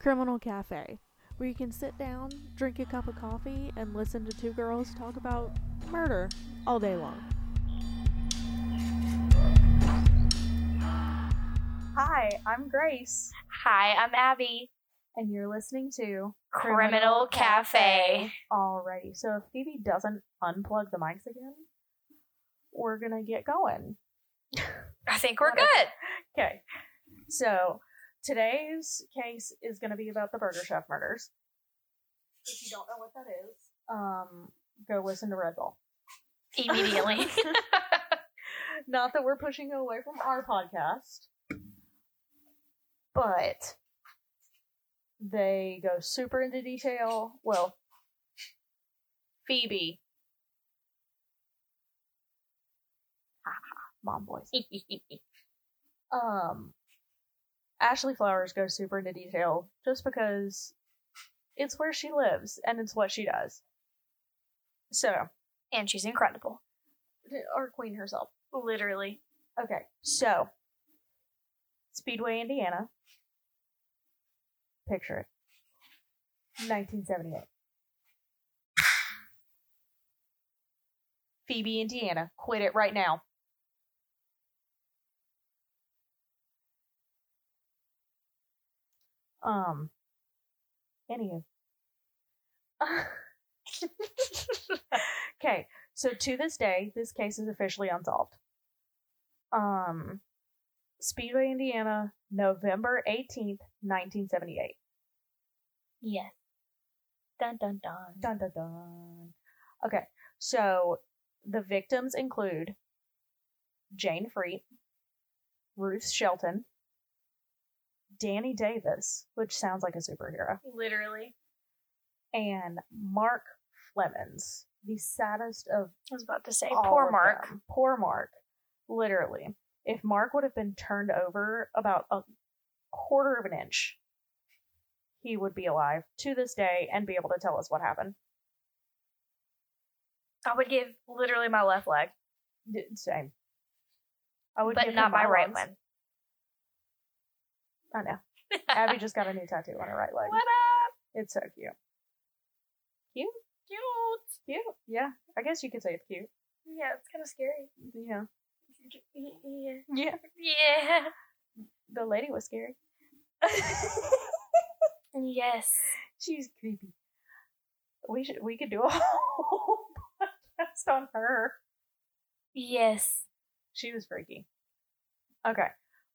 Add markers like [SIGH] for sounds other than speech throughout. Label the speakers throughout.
Speaker 1: Criminal Cafe, where you can sit down, drink a cup of coffee, and listen to two girls talk about murder all day long.
Speaker 2: Hi, I'm Grace,
Speaker 3: Hi, I'm Abby.
Speaker 2: and you're listening to
Speaker 3: Criminal Cafe.
Speaker 2: Alrighty. So if Phoebe doesn't unplug the mics again, we're gonna get going.
Speaker 3: I think we're
Speaker 2: What a-
Speaker 3: good.
Speaker 2: Okay. So today's case is gonna be about the Burger Chef murders. If you don't know what that is, um, go listen to Red Bull.
Speaker 3: [LAUGHS] [LAUGHS] Immediately.
Speaker 2: Not that we're pushing away from our podcast, but they go super into detail. Well, Phoebe. Ha ha, Mom
Speaker 3: [LAUGHS]
Speaker 2: voice. Um, Ashley Flowers goes super into detail just because it's where she lives and it's what she does. So,
Speaker 3: and she's incredible.
Speaker 2: our queen herself.
Speaker 3: Literally.
Speaker 2: Okay, so Speedway, Indiana. Picture it. 1978. Phoebe, Indiana. Quit it right now. Um. Anywho. [LAUGHS] okay, so to this day, this case is officially unsolved um Speedway, Indiana, November 18th, 1978.
Speaker 3: Yes. Dun dun dun.
Speaker 2: Dun dun dun. Okay, so the victims include Jane Freet, Ruth Shelton, Danny Davis, which sounds like a superhero,
Speaker 3: Literally.
Speaker 2: and Mark Flemons, the saddest of
Speaker 3: I was about to say,
Speaker 2: all
Speaker 3: poor
Speaker 2: of
Speaker 3: Mark.
Speaker 2: them. Poor Mark. Literally. If Mark would have been turned over about a quarter of an inch, he would be alive to this day and be able to tell us what happened.
Speaker 3: I would give literally my left leg,
Speaker 2: D- Same. I would
Speaker 3: but
Speaker 2: give
Speaker 3: not
Speaker 2: him
Speaker 3: my right
Speaker 2: lungs.
Speaker 3: one. [LAUGHS]
Speaker 2: I know. Abby
Speaker 3: [LAUGHS]
Speaker 2: just got a new tattoo on her right leg.
Speaker 3: what up?
Speaker 2: It's so cute.
Speaker 3: Cute.
Speaker 2: Cute. Yeah. I guess you could say it's cute.
Speaker 3: Yeah, it's kind of scary.
Speaker 2: Yeah.
Speaker 3: Yeah.
Speaker 2: Yeah.
Speaker 3: Yeah.
Speaker 2: The lady was scary.
Speaker 3: Yes.
Speaker 2: She's creepy. We should we could do a [LAUGHS] whole podcast on her.
Speaker 3: Yes.
Speaker 2: She was freaky. Okay,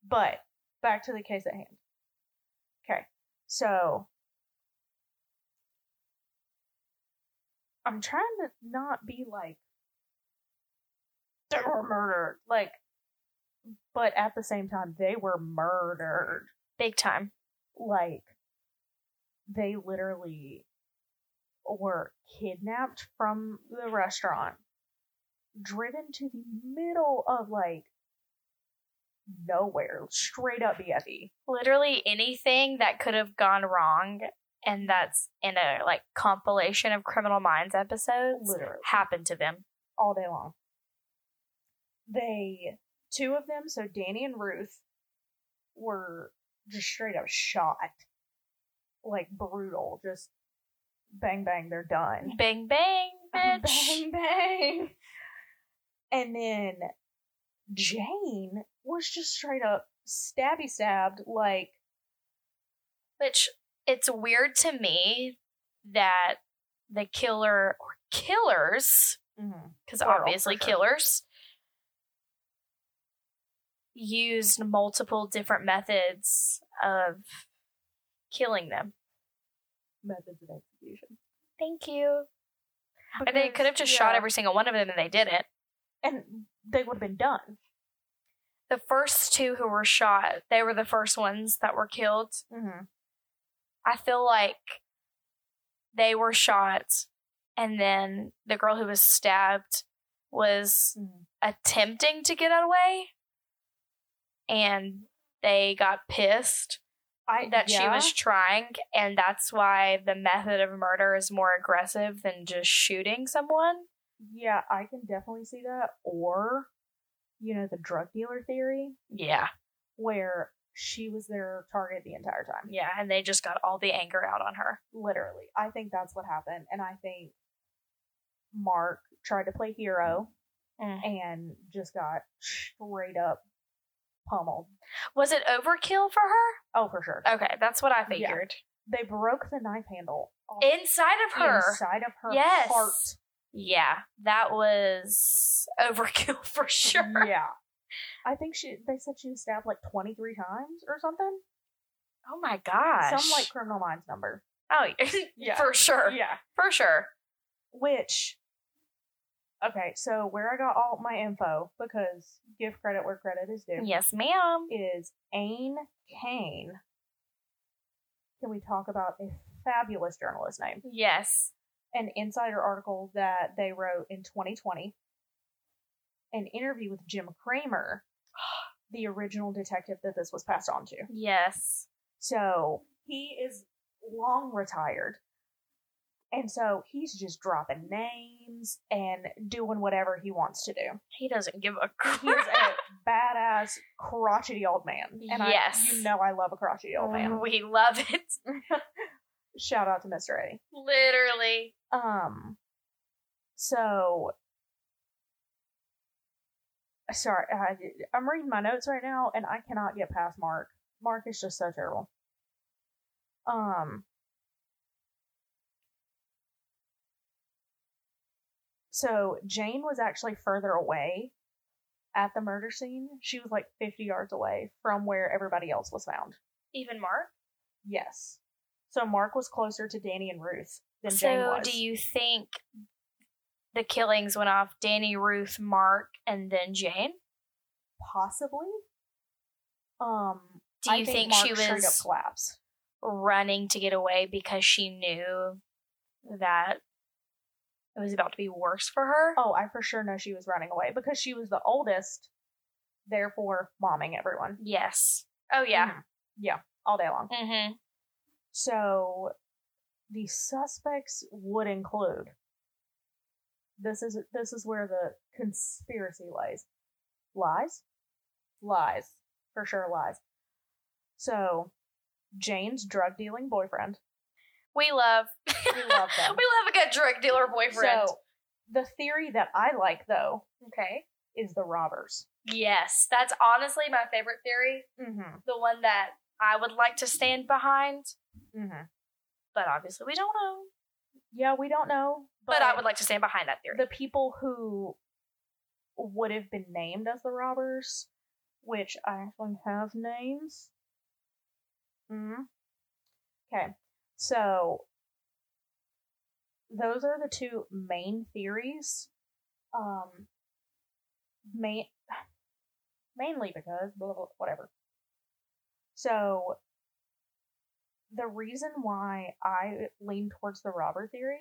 Speaker 2: but back to the case at hand. Okay, so I'm trying to not be like they were murdered, like, but at the same time they were murdered.
Speaker 3: Big time.
Speaker 2: Like, they literally were kidnapped from the restaurant, driven to the middle of like nowhere, straight up E, BFE.
Speaker 3: literally anything that could have gone wrong and that's in a like compilation of criminal minds episodes
Speaker 2: Literally.
Speaker 3: happened to them
Speaker 2: all day long. They, two of them, so Danny and Ruth, were just straight up shot. Like brutal, just bang, bang, they're done.
Speaker 3: [LAUGHS] bang bang
Speaker 2: Bang, [LAUGHS]
Speaker 3: bitch
Speaker 2: bang. And then Jane was just straight up stabby stabbed, like,
Speaker 3: which it's weird to me that the killer or killers
Speaker 2: mm-hmm,
Speaker 3: because
Speaker 2: Plural,
Speaker 3: obviously
Speaker 2: for sure.
Speaker 3: killers used multiple different methods of killing them
Speaker 2: methods of execution.
Speaker 3: thank you and they
Speaker 2: Because-
Speaker 3: could have just shot
Speaker 2: yeah.
Speaker 3: every single one of them and they didn't
Speaker 2: And they would have been done.
Speaker 3: the first two who were shot, they were the first ones that were killed.
Speaker 2: Mm-hmm.
Speaker 3: I feel like they were shot, and then the girl who was stabbed was
Speaker 2: Mm-hmm.
Speaker 3: attempting to get away, and they got pissed
Speaker 2: I,
Speaker 3: that she
Speaker 2: yeah.
Speaker 3: was trying, and that's why the method of murder is more aggressive than just shooting someone.
Speaker 2: Yeah, I can definitely see that. Or, you know, the drug dealer theory,
Speaker 3: Yeah.
Speaker 2: where she was their target the entire time.
Speaker 3: Yeah, and they just got all the anger out on her.
Speaker 2: Literally. I think that's what happened. And I think Mark tried to play hero Mm. and just got straight up pummeled.
Speaker 3: Was it overkill for her?
Speaker 2: Oh, for sure.
Speaker 3: Okay, that's what I figured.
Speaker 2: They broke the knife handle off
Speaker 3: Inside of her.
Speaker 2: inside of her
Speaker 3: Yes.
Speaker 2: heart.
Speaker 3: Yeah, that was [LAUGHS] overkill for [LAUGHS] sure.
Speaker 2: Yeah. I think she they said she was stabbed like 23 times or something.
Speaker 3: Oh my gosh.
Speaker 2: Some like criminal minds number.
Speaker 3: [LAUGHS] oh
Speaker 2: Yeah.
Speaker 3: for sure,
Speaker 2: Yeah.
Speaker 3: for sure.
Speaker 2: Which Okay, so where I got all my info because give credit where credit is due.
Speaker 3: Yes, ma'am.
Speaker 2: is Ayn Kane. Can we talk about a fabulous journalist name?
Speaker 3: Yes.
Speaker 2: An insider article that they wrote in 2020. An interview with Jim Cramer, [GASPS] the original detective that this was passed on to.
Speaker 3: Yes.
Speaker 2: So he is long retired. And so he's just dropping names and doing whatever he wants to do.
Speaker 3: He doesn't give a [LAUGHS]
Speaker 2: He's
Speaker 3: crap.
Speaker 2: a badass, crotchety old man. And
Speaker 3: Yes. Mm-hmm.
Speaker 2: I, you know I love a crotchety old man.
Speaker 3: Oh, We love it. [LAUGHS]
Speaker 2: Shout out to Mr. Eddie.
Speaker 3: Literally.
Speaker 2: Um, so sorry, I, I'm reading my notes right now, and I cannot get past Mark. Mark is just so terrible. Um, so Jane was actually further away at the murder scene. She was like 50 yards away from where everybody else was found.
Speaker 3: Even Mark.
Speaker 2: Yes. So Mark was closer to Danny and Ruth than Jane
Speaker 3: So,
Speaker 2: was.
Speaker 3: do you think the killings went off Danny, Ruth, Mark, and then Jane?
Speaker 2: possibly. Um,
Speaker 3: Do
Speaker 2: I
Speaker 3: you think,
Speaker 2: Mark
Speaker 3: she
Speaker 2: straight up
Speaker 3: was
Speaker 2: collapsed?
Speaker 3: running to get away because she knew that it was about to be worse for her?
Speaker 2: Oh, I for sure know she was running away because she was the oldest, therefore momming everyone.
Speaker 3: Yes. Oh yeah.
Speaker 2: Mhm. yeah, all day long.
Speaker 3: Mm-hmm.
Speaker 2: So, the suspects would include. This is this is where the conspiracy lies, lies, lies for sure lies. So, Jane's drug dealing boyfriend.
Speaker 3: We love.
Speaker 2: We
Speaker 3: [LAUGHS]
Speaker 2: love
Speaker 3: we
Speaker 2: them.
Speaker 3: love a good drug dealer boyfriend.
Speaker 2: So, the theory that I like though
Speaker 3: okay.
Speaker 2: is the robbers.
Speaker 3: Yes, that's honestly my favorite theory.
Speaker 2: Mm-hmm.
Speaker 3: The one that I would like to stand behind,
Speaker 2: Mm-hmm.
Speaker 3: but obviously we don't know.
Speaker 2: Yeah, we don't know,
Speaker 3: But, I would like to stand behind that theory.
Speaker 2: the people who would have been named as the robbers, which I actually have names. Mm. Okay, so those are the two main theories. Um, main mainly because blah, blah, whatever. So the reason why I lean towards the robber theory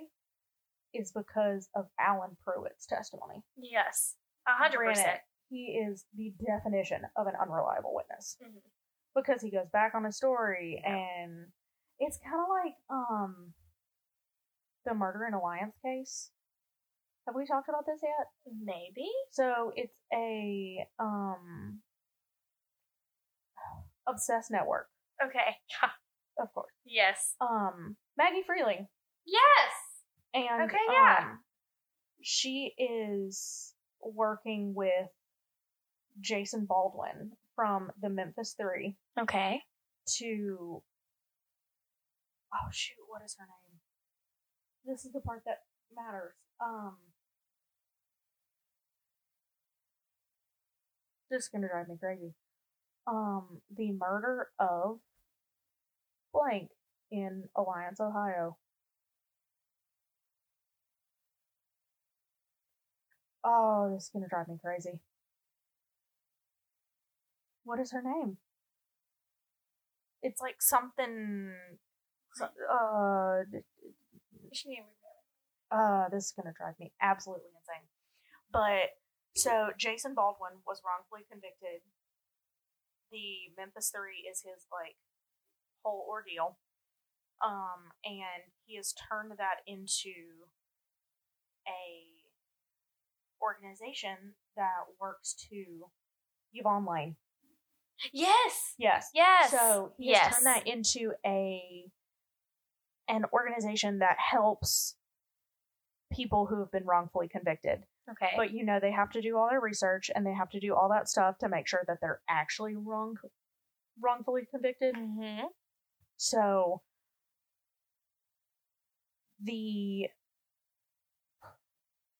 Speaker 2: is because of Alan Pruitt's testimony.
Speaker 3: yes, a hundred percent.
Speaker 2: Granted, He is the definition of an unreliable witness
Speaker 3: Mhm.
Speaker 2: because he goes back on his story and it's kind of like um the murder in alliance case. Have we talked about this yet?
Speaker 3: Maybe.
Speaker 2: So it's a um obsessed network,
Speaker 3: Okay.
Speaker 2: of course.
Speaker 3: Yes.
Speaker 2: Um Maggie Freeling
Speaker 3: Yes.
Speaker 2: And
Speaker 3: Okay, yeah.
Speaker 2: um, she is working with Jason Baldwin from the Memphis Three
Speaker 3: Okay.
Speaker 2: to oh shoot, what is her name? This is the part that matters. Um This is gonna drive me crazy. Um, the murder of blank in Alliance, Ohio. Oh, this is gonna drive me crazy. What is her name? It's like something. so- Uh, d- uh, this is gonna drive me absolutely insane. But so Jason Baldwin was wrongfully convicted. The Memphis Three is his like whole ordeal, um, and he has turned that into a organization that works to Yvonne Lane.
Speaker 3: Yes.
Speaker 2: Yes.
Speaker 3: Yes.
Speaker 2: So he
Speaker 3: yes.
Speaker 2: has turned that into a an organization that helps people who have been wrongfully convicted.
Speaker 3: okay.
Speaker 2: But you know they have to do all their research and they have to do all that stuff to make sure that they're actually wrong wrongfully convicted.
Speaker 3: hmm
Speaker 2: So the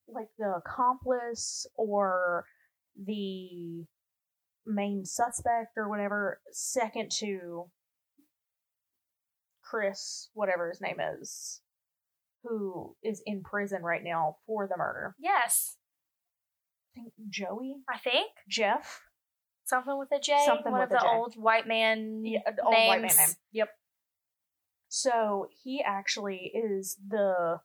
Speaker 2: like the accomplice or the main suspect or whatever second to Chris whatever his name is who is in prison right now for the murder.
Speaker 3: Yes.
Speaker 2: I think Joey,
Speaker 3: I think
Speaker 2: Jeff,
Speaker 3: something with a J.
Speaker 2: Something
Speaker 3: One
Speaker 2: with
Speaker 3: of
Speaker 2: a
Speaker 3: the
Speaker 2: J.
Speaker 3: old white man.
Speaker 2: Yeah, an old white man
Speaker 3: names.
Speaker 2: name. Yep. So he actually is the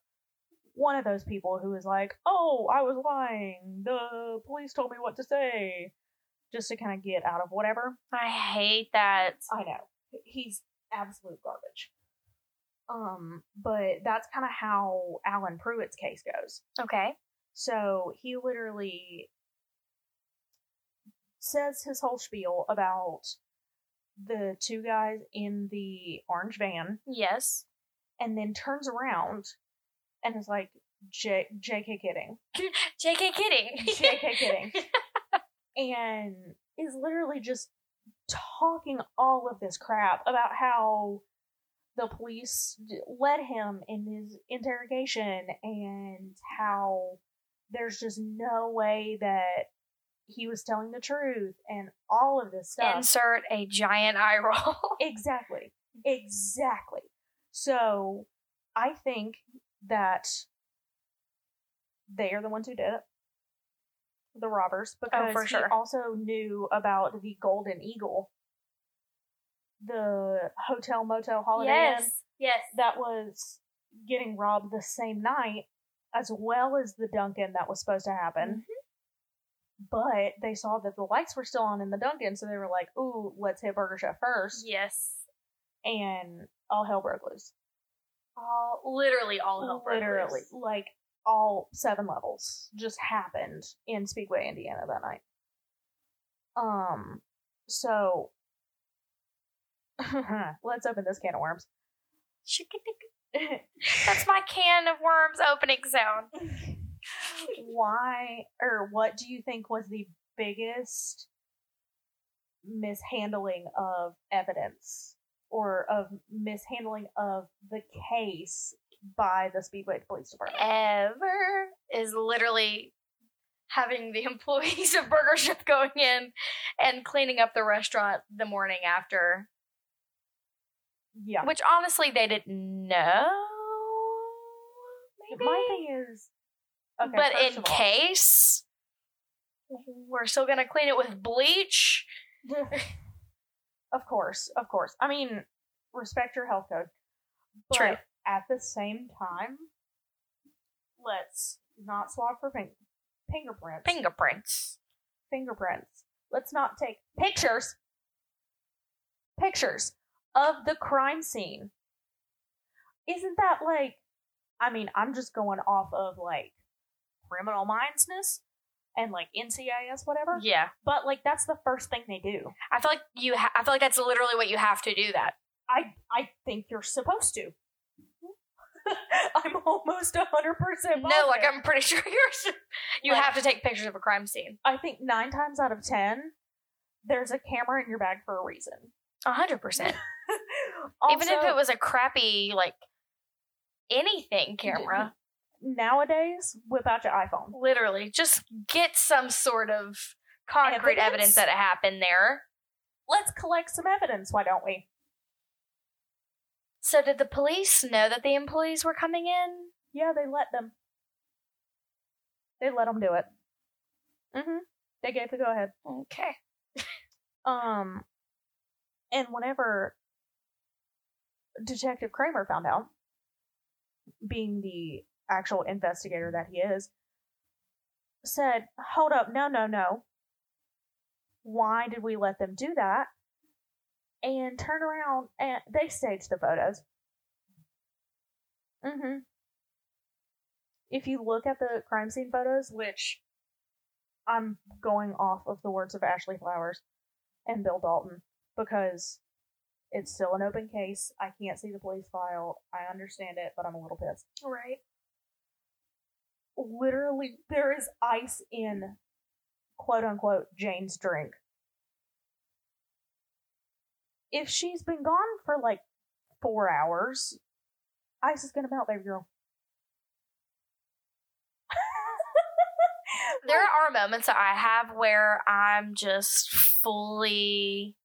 Speaker 2: one of those people who is like, "Oh, I was lying. The police told me what to say," just to kind of get out of whatever.
Speaker 3: I hate that.
Speaker 2: I know he's absolute garbage. Um, but that's kind of how Alan Pruitt's case goes.
Speaker 3: Okay.
Speaker 2: So he literally says his whole spiel about the two guys in the orange van
Speaker 3: Yes.
Speaker 2: and then turns around and is like, J- JK kidding.
Speaker 3: J.K. [LAUGHS]
Speaker 2: [LAUGHS]
Speaker 3: Kidding.
Speaker 2: JK kidding. and is literally just talking all of this crap about how the police d- led him in his interrogation and how there's just no way that he was telling the truth and all of this stuff.
Speaker 3: Insert a giant eye roll.
Speaker 2: Exactly. Exactly. So I think that they are the ones who did it. The robbers. Because
Speaker 3: Oh, for
Speaker 2: he
Speaker 3: sure.
Speaker 2: also knew about the Golden Eagle. The hotel motel [LAUGHS] holiday Inn
Speaker 3: yes. Yes.
Speaker 2: that was getting robbed the same night, as well as the Duncan that was supposed to
Speaker 3: Mm-hmm.
Speaker 2: happen. But they saw that the lights were still on in the Duncan, so they were like, ooh, let's hit Burger Chef first
Speaker 3: Yes.
Speaker 2: and all hell broke loose.
Speaker 3: All literally all hell broke
Speaker 2: Literally,
Speaker 3: loose.
Speaker 2: like all seven levels just happened in Speedway, Indiana that night. Um, so [LAUGHS] let's open this can of worms. [LAUGHS]
Speaker 3: Shikadika. That's my can of worms opening sound.
Speaker 2: Why or what do you think was the biggest mishandling of evidence or of mishandling of the case by the Speedway Police Department?
Speaker 3: Ever is literally having the [LAUGHS] employees of Burger Chef going in and cleaning up the restaurant the morning after,
Speaker 2: Yeah.
Speaker 3: which honestly they didn't know. Maybe.
Speaker 2: My thing is, okay,
Speaker 3: but
Speaker 2: first
Speaker 3: in
Speaker 2: of all-
Speaker 3: case we're still gonna clean it with bleach.
Speaker 2: [LAUGHS] of course, of course. I mean, respect your health code, but
Speaker 3: True.
Speaker 2: at the same time, let's not swab for fing- fingerprints.
Speaker 3: Fingerprints.
Speaker 2: fingerprints. Let's not take pictures. Pictures of the crime scene. Isn't that like? I mean, I'm just going off of like criminal mindsness and like NCIS, whatever.
Speaker 3: Yeah,
Speaker 2: But like, that's the first thing they do.
Speaker 3: I feel like you. Ha- I feel like that's literally what you have to do. That
Speaker 2: I I think you're supposed to. [LAUGHS] I'm almost hundred percent.
Speaker 3: no, like I'm pretty [LAUGHS] sure you're. s- You
Speaker 2: Like-
Speaker 3: have to take pictures of a crime scene.
Speaker 2: I think nine times out of ten, there's a camera in your bag for a reason.
Speaker 3: A hundred percent. [LAUGHS]
Speaker 2: [LAUGHS]
Speaker 3: Even if
Speaker 2: Also,
Speaker 3: it was a crappy like anything camera,
Speaker 2: nowadays, whip out your iPhone.
Speaker 3: literally just get some sort of concrete
Speaker 2: Evidence?
Speaker 3: evidence that it happened there.
Speaker 2: Let's collect some evidence. Why don't we?
Speaker 3: So did the police know that the employees were coming in?
Speaker 2: Yeah, they let them. They let them do it. Mm-hmm. They gave the go ahead.
Speaker 3: Okay.
Speaker 2: Um, and whenever Detective Kramer found out, being the actual investigator that he is, said, Hold up, no, no, no. Why did we let them do that? And turn around and they staged the photos. Mm hmm. If you look at the crime scene photos, which I'm going off of the words of Ashley Flowers and Bill Dalton because it's still an open case. I can't see the police file. I understand it, but I'm a little pissed.
Speaker 3: Right.
Speaker 2: Literally, there is ice in quote unquote Jane's drink. If she's been gone for like four hours, ice is gonna melt, baby girl.
Speaker 3: There are moments that I have where I'm just fully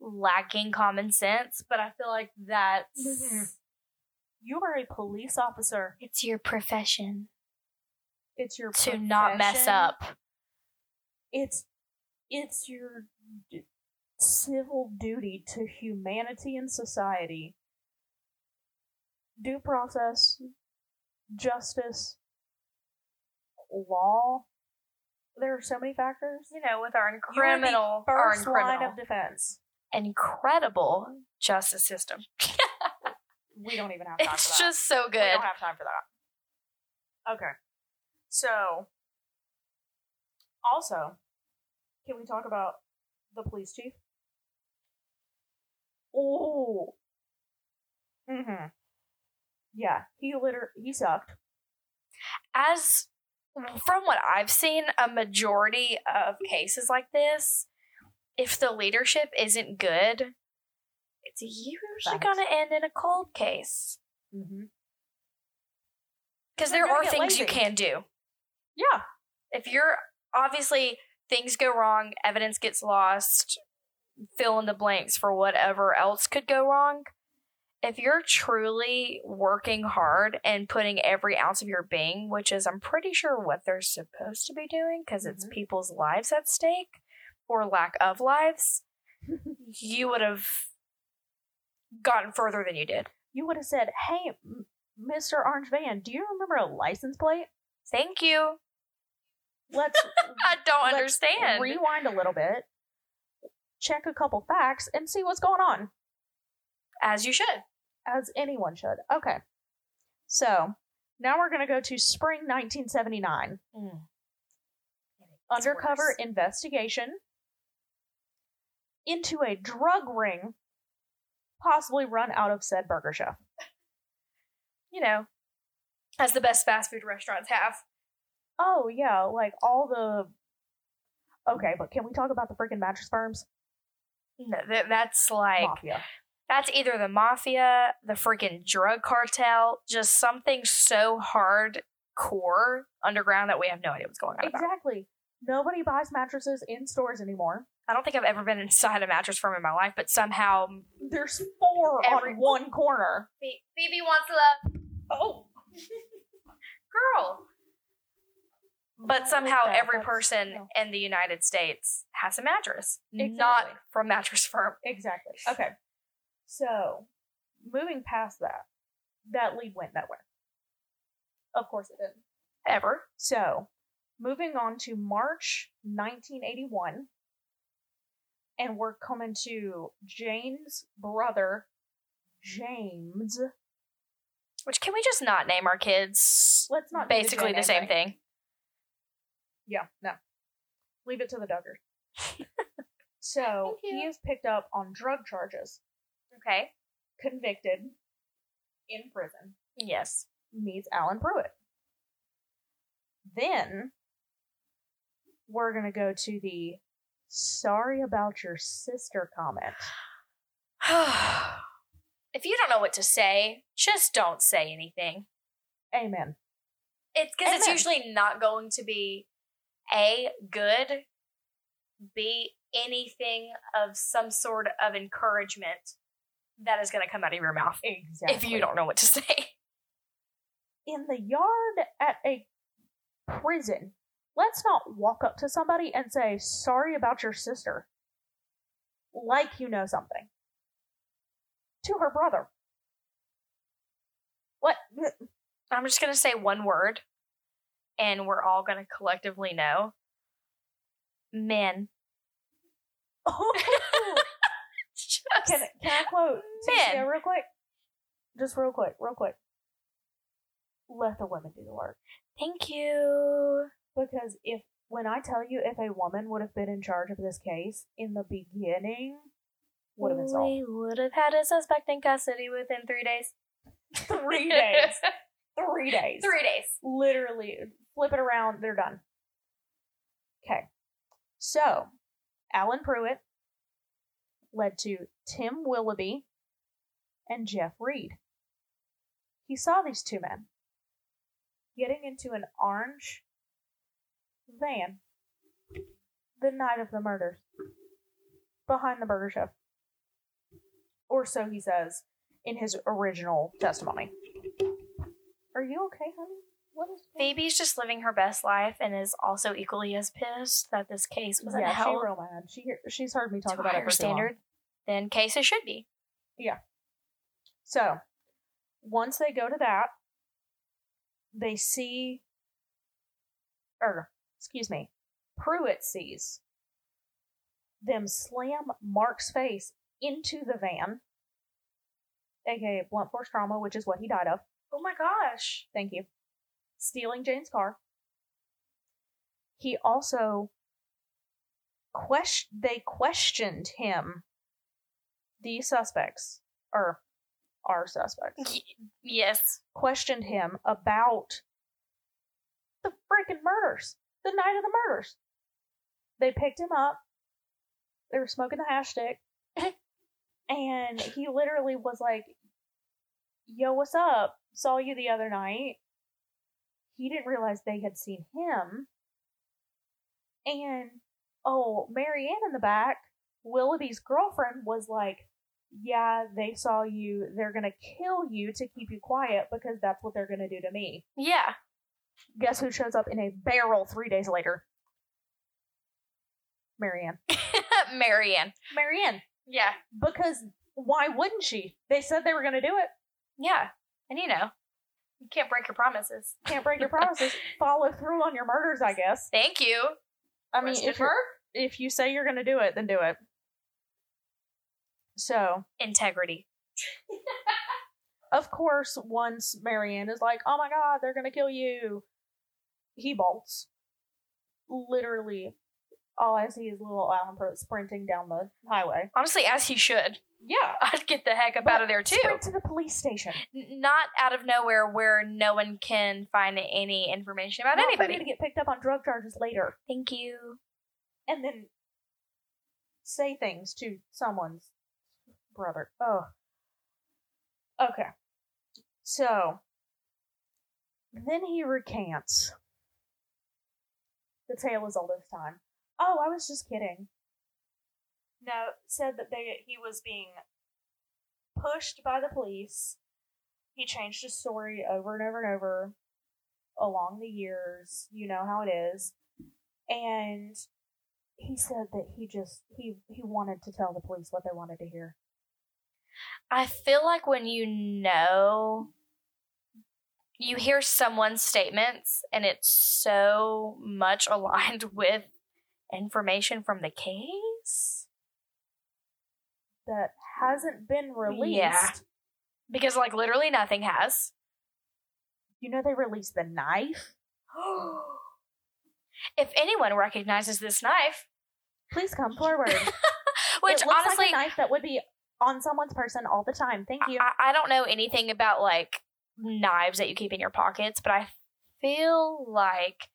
Speaker 3: lacking common sense, but I feel like that's
Speaker 2: Mhm. You are a police officer.
Speaker 3: Mm-hmm. it's your profession
Speaker 2: It's your
Speaker 3: to not mess
Speaker 2: profession.
Speaker 3: up.
Speaker 2: It's it's your d- civil duty to humanity and society. Due process, justice, law. There are so many factors.
Speaker 3: You know, with our
Speaker 2: You are the
Speaker 3: criminal, our
Speaker 2: first line
Speaker 3: criminal,
Speaker 2: of defense.
Speaker 3: incredible justice system.
Speaker 2: We don't even have time for
Speaker 3: It's
Speaker 2: that.
Speaker 3: just so
Speaker 2: We
Speaker 3: good.
Speaker 2: don't have time for that. Okay. So, also, can we talk about the police chief? Oh. Mm-hmm. Yeah, he liter he sucked.
Speaker 3: As from what I've seen, a majority of cases like this, if the leadership isn't good, it's usually
Speaker 2: Facts.
Speaker 3: going to end in a cold case
Speaker 2: Mm-hmm.
Speaker 3: because
Speaker 2: They're
Speaker 3: there
Speaker 2: gonna
Speaker 3: are
Speaker 2: get
Speaker 3: things you
Speaker 2: lazy.
Speaker 3: can do.
Speaker 2: Yeah.
Speaker 3: if you're obviously things go wrong, evidence gets lost, fill in the blanks for whatever else could go wrong. If you're truly working hard and putting every ounce of your being, which is I'm pretty sure what they're supposed to be doing because it's
Speaker 2: Mhm.
Speaker 3: people's lives at stake or lack
Speaker 2: [LAUGHS]
Speaker 3: of lives, you would have gotten further than you did.
Speaker 2: You would have said, "Hey, M- Mr. Orange Van, do you remember a license plate?
Speaker 3: Thank you.
Speaker 2: Let's
Speaker 3: I don't
Speaker 2: Let's
Speaker 3: understand.
Speaker 2: rewind a little bit, check a couple facts, and see what's going on."
Speaker 3: As you should.
Speaker 2: as anyone should. Okay. So now we're going to go to spring 1979.
Speaker 3: It's
Speaker 2: Hmm. Undercover
Speaker 3: worse.
Speaker 2: investigation into a drug ring, possibly run out of said burger chef.
Speaker 3: you know, as the best fast food restaurants have.
Speaker 2: Oh, yeah, like all the. Okay, but can we talk about the freaking mattress firms?
Speaker 3: No, th- that's like
Speaker 2: Mafia.
Speaker 3: that's either the mafia, the freaking drug cartel, just something so hardcore underground that we have no idea what's going on. About.
Speaker 2: Exactly. Nobody buys mattresses in stores anymore.
Speaker 3: I don't think I've ever been inside a mattress firm in my life, but somehow
Speaker 2: There's four
Speaker 3: Every-
Speaker 2: on one corner.
Speaker 3: Phoebe wants love. Oh, girl. But somehow
Speaker 2: Okay,
Speaker 3: every
Speaker 2: Oh, that's-
Speaker 3: person
Speaker 2: no.
Speaker 3: in the United States has a mattress, not
Speaker 2: Exactly.
Speaker 3: from mattress firm.
Speaker 2: Exactly. Okay. So, moving past that, that lead went nowhere. Of course it did.
Speaker 3: Ever.
Speaker 2: So, moving on to March 1981, and we're coming to Jane's brother, James.
Speaker 3: Which can we just not name our kids?
Speaker 2: Let's not do the
Speaker 3: basically
Speaker 2: Jane
Speaker 3: the
Speaker 2: name
Speaker 3: same
Speaker 2: right.
Speaker 3: thing.
Speaker 2: Yeah, no. Leave it to the Duggars.
Speaker 3: [LAUGHS]
Speaker 2: so,
Speaker 3: Thank you.
Speaker 2: he is picked up on drug charges,
Speaker 3: Okay.
Speaker 2: convicted, in prison. [SIGHS]
Speaker 3: Yes. [SIGHS]
Speaker 2: meets Alan Pruitt. Then we're going to go to the sorry about your sister comment.
Speaker 3: if you don't know what to say, just don't say anything.
Speaker 2: Amen.
Speaker 3: It's because it's
Speaker 2: Amen.
Speaker 3: usually not going to be a good, b anything of some sort of encouragement that is going to come out of your mouth
Speaker 2: Exactly.
Speaker 3: if you don't know what to [LAUGHS] say.
Speaker 2: In the yard at a prison, let's not walk up to somebody and say, sorry about your sister. Like you know something. To her brother. [LAUGHS] What?
Speaker 3: I'm just going to say one word, and we're all going to collectively know. Men.
Speaker 2: Oh,
Speaker 3: [LAUGHS] Just-
Speaker 2: can, can I quote
Speaker 3: Men.
Speaker 2: Cynthia real quick? Just real quick, real quick. Let the women do the work.
Speaker 3: Thank you.
Speaker 2: Because if When I tell you, if a woman would have been in charge of this case in the beginning, would have been solved.
Speaker 3: We would have had a suspect in custody within
Speaker 2: [LAUGHS]
Speaker 3: three days.
Speaker 2: Three days. Three days.
Speaker 3: [LAUGHS] Three days.
Speaker 2: Literally, flip it around, they're done. Okay. So, Alan Pruitt led to Tim Willoughby and Jeff Reed. He saw these two men getting into an orange van the night of the murders behind the burger shop. Or so he says in his original testimony. Are you okay, honey? What is going
Speaker 3: Phoebe's just living her best life and is also equally as pissed that this case was
Speaker 2: on? Yeah,
Speaker 3: a
Speaker 2: she
Speaker 3: hell
Speaker 2: real mad. She hear, she's heard me
Speaker 3: to
Speaker 2: talk about it
Speaker 3: higher
Speaker 2: for standard.
Speaker 3: standard than cases should be.
Speaker 2: So once they go to that, they see, or excuse me, Pruitt sees them slam Mark's face into the van, aka blunt force trauma, which is what he died of.
Speaker 3: Oh my gosh.
Speaker 2: Thank you. Stealing Jane's car. He also question they questioned him. The suspects or our suspects
Speaker 3: yes.
Speaker 2: questioned him about the freaking murders, the night of the murders. They picked him up. They were smoking the hash stick. and he literally was like, Yo, what's up? Saw you the other night. He didn't realize they had seen him. And oh, Marianne in the back, Willoughby's girlfriend, was like, yeah, they saw you. They're going to kill you to keep you quiet because that's what they're going to do to me.
Speaker 3: Yeah.
Speaker 2: Guess who shows up in a barrel three days later? Marianne.
Speaker 3: [LAUGHS] Marianne.
Speaker 2: Marianne.
Speaker 3: Yeah.
Speaker 2: Because why wouldn't she? They said they were going to do it.
Speaker 3: Yeah. And you know, you can't break your promises.
Speaker 2: Can't break your promises. Follow through on your murders, I guess.
Speaker 3: Thank you.
Speaker 2: I mean,
Speaker 3: Arrested
Speaker 2: if, you're- if you say you're going to do it, then do it. So,
Speaker 3: Integrity.
Speaker 2: of course, once Marianne is like, oh my god, they're gonna kill you, he bolts. Literally, all I see is little Alan Pruitt sprinting down the highway.
Speaker 3: Honestly, as he should. [LAUGHS]
Speaker 2: Yeah.
Speaker 3: I'd get the heck up out of there too.
Speaker 2: Sprint to the police station.
Speaker 3: N- Not out of nowhere where no one can find any information about
Speaker 2: Not for me
Speaker 3: anybody.
Speaker 2: to get picked up on drug charges later
Speaker 3: Thank you.
Speaker 2: and then say things to someone's brother. Oh. Okay. So then he recants. The tale is all this time. Oh, I was just kidding. No, said that they he was being pushed by the police. He changed his story over and over and over along the years. You know how it is. And he said that he just he he wanted to tell the police what they wanted to hear.
Speaker 3: I feel like when you know, you hear someone's statements and it's so much aligned [LAUGHS] with information from the case.
Speaker 2: That hasn't been released.
Speaker 3: Yeah. Because, like, literally nothing
Speaker 2: [GASPS]
Speaker 3: has.
Speaker 2: You know they released the knife?
Speaker 3: if anyone recognizes this knife,
Speaker 2: Please come
Speaker 3: [LAUGHS]
Speaker 2: forward.
Speaker 3: which
Speaker 2: it looks
Speaker 3: honestly,
Speaker 2: like a knife that would be on someone's person all the time. Thank you.
Speaker 3: I, I don't know anything about like knives that you keep in your pockets, but I feel like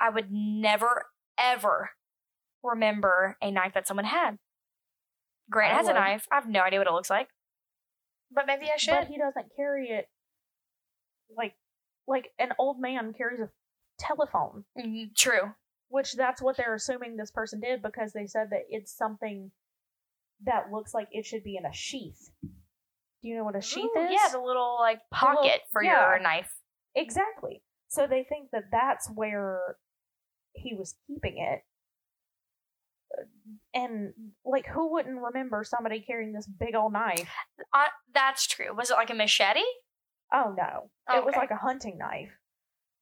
Speaker 3: I would never ever remember a knife that someone had. Grant
Speaker 2: I
Speaker 3: has a
Speaker 2: would.
Speaker 3: knife. I have no idea what it looks like, but maybe I should.
Speaker 2: but he doesn't carry it like like an old man carries a telephone,
Speaker 3: Mm, True.
Speaker 2: which that's what they're assuming this person did because they said that it's something that looks like it should be in a sheath. Do you know what a sheath
Speaker 3: Ooh,
Speaker 2: is?
Speaker 3: Yeah, the little like pocket for
Speaker 2: yeah.
Speaker 3: your knife.
Speaker 2: Exactly. So they think that that's where he was keeping it. Uh, And, like, who wouldn't remember somebody carrying this big old knife?
Speaker 3: I, that's true. Was it like a machete?
Speaker 2: Oh, no. It was
Speaker 3: Okay.
Speaker 2: like a hunting knife.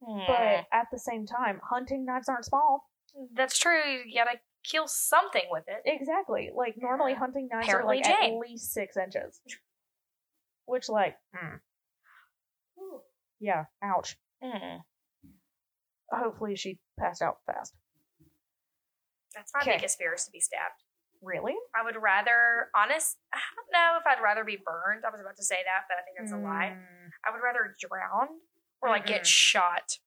Speaker 3: Hmm.
Speaker 2: But at the same time, hunting knives aren't small.
Speaker 3: that's true. You gotta kill something with it.
Speaker 2: Exactly. Like, normally hunting knives
Speaker 3: Apparently
Speaker 2: are, like,
Speaker 3: Jane.
Speaker 2: at least six inches. Which, like, mm. yeah, ouch.
Speaker 3: Mm.
Speaker 2: Hopefully she passed out fast.
Speaker 3: That's my
Speaker 2: Okay.
Speaker 3: biggest fear is to be stabbed.
Speaker 2: Really?
Speaker 3: I would rather, honest, I don't know if I'd rather be burned. I was about to say that, but I think that's a lie.
Speaker 2: Mm,
Speaker 3: I would rather drown or like
Speaker 2: Mm-mm.
Speaker 3: get shot.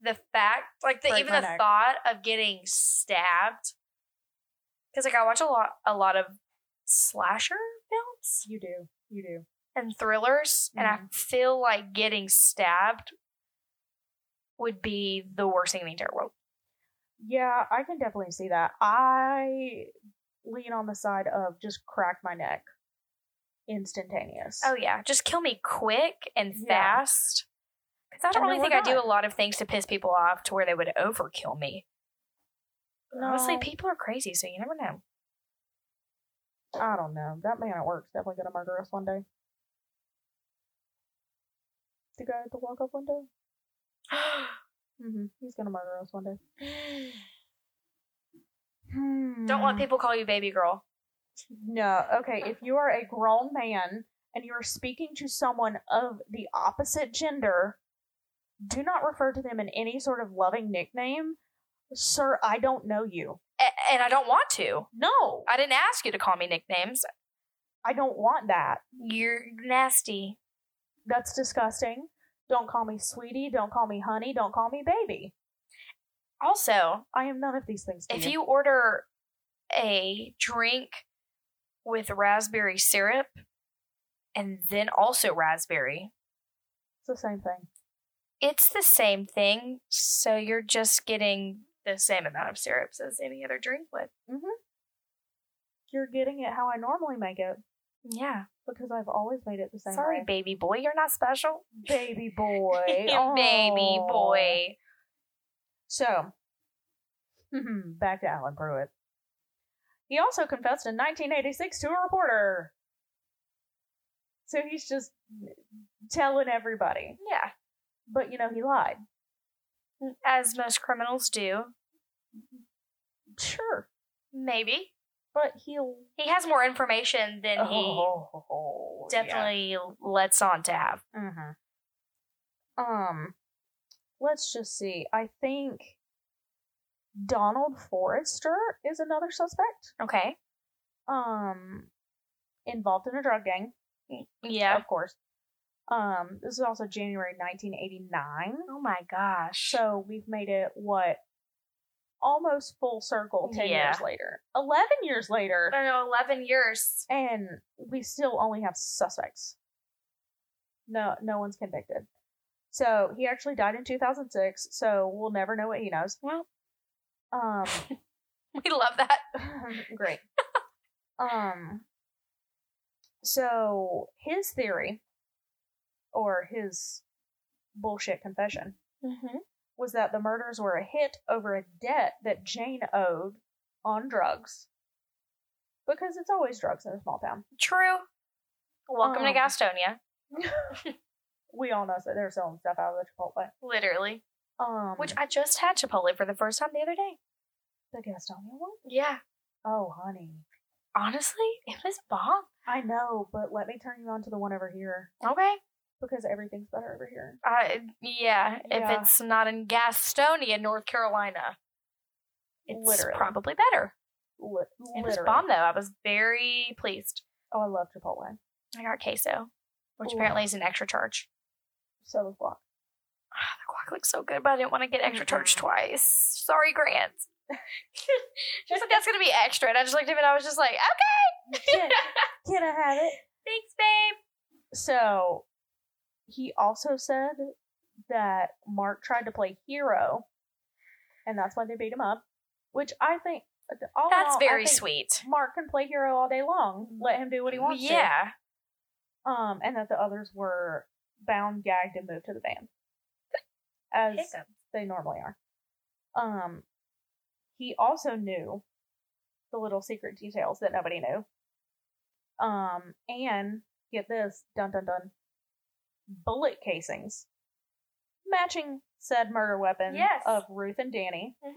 Speaker 3: The fact, like the,
Speaker 2: Break
Speaker 3: even
Speaker 2: my
Speaker 3: the
Speaker 2: neck.
Speaker 3: thought of getting stabbed, because like I watch a lot, a lot of slasher films
Speaker 2: You do. You do.
Speaker 3: and thrillers, and
Speaker 2: Mm-hmm.
Speaker 3: I feel like getting stabbed would be the worst thing in the entire world.
Speaker 2: Yeah, I can definitely see that. I lean on the side of just crack my neck. Instantaneous.
Speaker 3: Oh yeah, just kill me quick and
Speaker 2: Yeah.
Speaker 3: fast. 'Cause I
Speaker 2: And
Speaker 3: don't really
Speaker 2: then
Speaker 3: think
Speaker 2: we're
Speaker 3: I do
Speaker 2: done.
Speaker 3: a lot of things to piss people off to where they would overkill me.
Speaker 2: No.
Speaker 3: Honestly, people are crazy, so you never know. [GASPS]
Speaker 2: I don't know. That man at work's definitely gonna murder us one day. The guy at the walk-up window. Mm-hmm. He's gonna murder us
Speaker 3: [SIGHS]
Speaker 2: one day. Hmm.
Speaker 3: Don't
Speaker 2: Mm-hmm.
Speaker 3: let people call you baby girl.
Speaker 2: No. Okay. If you are a grown man and you are speaking to someone of the opposite gender, do not refer to them in any sort of loving nickname. Sir, I don't know you.
Speaker 3: A- and I don't want to.
Speaker 2: No,
Speaker 3: I didn't ask you to call me nicknames.
Speaker 2: I don't want that.
Speaker 3: You're nasty.
Speaker 2: That's disgusting. Don't call me sweetie. Don't call me honey. Don't call me baby.
Speaker 3: Also,
Speaker 2: I am none of these things. To
Speaker 3: if you order a drink with raspberry syrup and then also raspberry,
Speaker 2: it's the same thing.
Speaker 3: it's the same thing. So you're just getting the same amount of syrups as any other drink would.
Speaker 2: You're getting it how I normally make it
Speaker 3: Yeah.
Speaker 2: because I've always made it the same
Speaker 3: Sorry,
Speaker 2: way.
Speaker 3: baby boy. You're not special.
Speaker 2: [LAUGHS] baby boy.
Speaker 3: [LAUGHS] baby
Speaker 2: Aw.
Speaker 3: boy.
Speaker 2: So, [LAUGHS] back to Alan Pruitt. He also confessed in 1986 to a reporter. So he's just telling everybody.
Speaker 3: Yeah.
Speaker 2: But, you know, he lied.
Speaker 3: as most criminals do.
Speaker 2: Sure.
Speaker 3: Maybe
Speaker 2: But he'll.
Speaker 3: he has more information than
Speaker 2: Oh,
Speaker 3: he definitely lets on to have.
Speaker 2: Yeah. hmm Um, let's just see. I think Donald Forrester is another suspect.
Speaker 3: Okay.
Speaker 2: Um, involved in a drug gang.
Speaker 3: Yeah.
Speaker 2: of course. Um, this is also January 1989.
Speaker 3: Oh my gosh.
Speaker 2: So we've made it what almost full circle 10
Speaker 3: Yeah.
Speaker 2: years later. 11 years later.
Speaker 3: I don't know, eleven years. [LAUGHS]
Speaker 2: And we still only have suspects. No no one's convicted. So he actually died in 2006, so we'll never know what he knows.
Speaker 3: Well.
Speaker 2: um
Speaker 3: We love that.
Speaker 2: [LAUGHS] Great. um so his theory or his bullshit confession
Speaker 3: Mm-hmm.
Speaker 2: was that the murders were a hit over a debt that Jane owed on drugs. Because it's always drugs in a small town.
Speaker 3: True. Welcome
Speaker 2: Um.
Speaker 3: to Gastonia.
Speaker 2: We all know that they're selling stuff out of the Chipotle.
Speaker 3: Literally.
Speaker 2: Um
Speaker 3: Which I just had Chipotle for the first time the other day.
Speaker 2: the Gastonia one?
Speaker 3: Yeah.
Speaker 2: Oh honey.
Speaker 3: Honestly, it was bomb.
Speaker 2: I know, but let me turn you on to the one over here.
Speaker 3: Okay.
Speaker 2: Because everything's better over here.
Speaker 3: Uh, yeah,
Speaker 2: Yeah.
Speaker 3: If it's not in Gastonia, North Carolina, it's
Speaker 2: Literally.
Speaker 3: probably better.
Speaker 2: Li-
Speaker 3: It was
Speaker 2: literally.
Speaker 3: bomb though. I was very pleased.
Speaker 2: Oh, I love Chipotle.
Speaker 3: I got queso, which
Speaker 2: Ooh.
Speaker 3: apparently is an extra charge. [SIGHS]
Speaker 2: So is
Speaker 3: [LAUGHS]
Speaker 2: guac.
Speaker 3: Ah, the guac looks so good, but I didn't want to get extra charge
Speaker 2: Mhm.
Speaker 3: twice. Sorry,
Speaker 2: [LAUGHS]
Speaker 3: Grant. She's like, that's gonna be extra, and I just looked at him and I was just like, okay,
Speaker 2: Can, can I have it?
Speaker 3: thanks, babe.
Speaker 2: So he also said that Mark tried to play hero, and that's why they beat him up. Which I think all in
Speaker 3: That's
Speaker 2: all, Oh, I
Speaker 3: very
Speaker 2: think
Speaker 3: sweet.
Speaker 2: Mark can play hero all day long. Let him do what he wants to.
Speaker 3: yeah,
Speaker 2: Um, and that the others were bound, gagged, and moved to the van, as
Speaker 3: Pick 'em.
Speaker 2: they normally are. Um, he also knew the little secret details that nobody knew. Um, and get this, dun dun dun, bullet casings matching said murder weapon
Speaker 3: Yes.
Speaker 2: of Ruth and Danny.
Speaker 3: Mhm.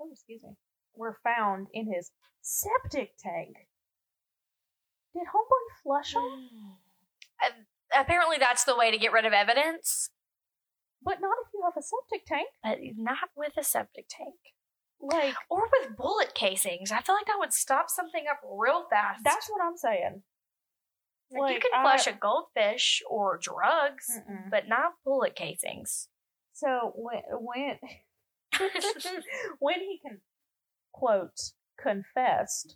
Speaker 2: Oh, excuse me. Were found in his septic tank. Did homeboy flush them?
Speaker 3: And apparently, that's the way to get rid of evidence,
Speaker 2: But not if you have a septic tank.
Speaker 3: but not with a septic tank. [SIGHS]
Speaker 2: Like
Speaker 3: Or with bullet casings. I feel like that would stop something up real fast.
Speaker 2: that's what I'm saying.
Speaker 3: like, you
Speaker 2: like,
Speaker 3: can
Speaker 2: I-
Speaker 3: flush a goldfish or drugs,
Speaker 2: [LAUGHS] Mm-mm.
Speaker 3: but not bullet casings. [LAUGHS]
Speaker 2: So when when
Speaker 3: [LAUGHS]
Speaker 2: when he can quote confessed,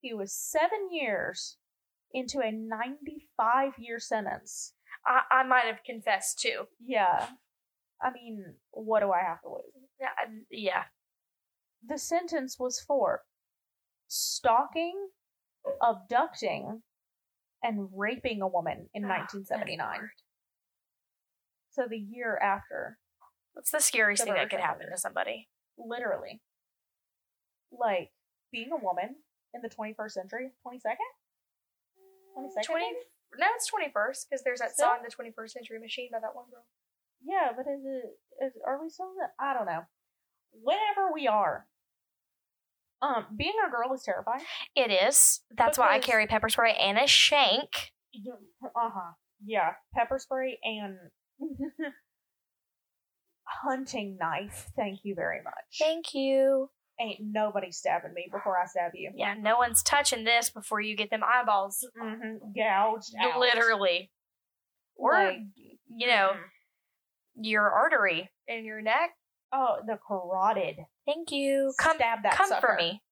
Speaker 2: he was seven years into a 95 year sentence.
Speaker 3: I, I might have confessed too.
Speaker 2: Yeah. I mean, what do I have to lose?
Speaker 3: Yeah, I- yeah.
Speaker 2: The sentence was for stalking, abducting, and raping a woman in
Speaker 3: Oh,
Speaker 2: 1979.
Speaker 3: Lord.
Speaker 2: So the year after,
Speaker 3: That's the scariest
Speaker 2: The
Speaker 3: thing that
Speaker 2: version
Speaker 3: could
Speaker 2: of
Speaker 3: happen
Speaker 2: it.
Speaker 3: to somebody.
Speaker 2: literally. Like being a woman in the 21st century, 22nd? 22nd?
Speaker 3: 20,
Speaker 2: maybe?
Speaker 3: no, it's 21st because there's that
Speaker 2: Still?
Speaker 3: song, The 21st Century Machine, by that one girl.
Speaker 2: Yeah, but is it is are we still in the, I don't know. Whenever we are. Um, being a girl is terrifying.
Speaker 3: It is. That's why I
Speaker 2: Because-
Speaker 3: carry pepper spray and a shank.
Speaker 2: Uh-huh. Yeah. Pepper spray
Speaker 3: [LAUGHS]
Speaker 2: and hunting knife. Thank you very much.
Speaker 3: Thank you.
Speaker 2: Ain't nobody stabbing me before I stab you.
Speaker 3: Yeah, no one's touching this before you get them eyeballs.
Speaker 2: Mm-hmm. Gouged out.
Speaker 3: Literally. Or,
Speaker 2: Like-
Speaker 3: you know,
Speaker 2: Mm-hmm.
Speaker 3: your artery in your neck.
Speaker 2: Oh, the carotid.
Speaker 3: Thank you. Come,
Speaker 2: stab that
Speaker 3: come
Speaker 2: sucker.
Speaker 3: for me.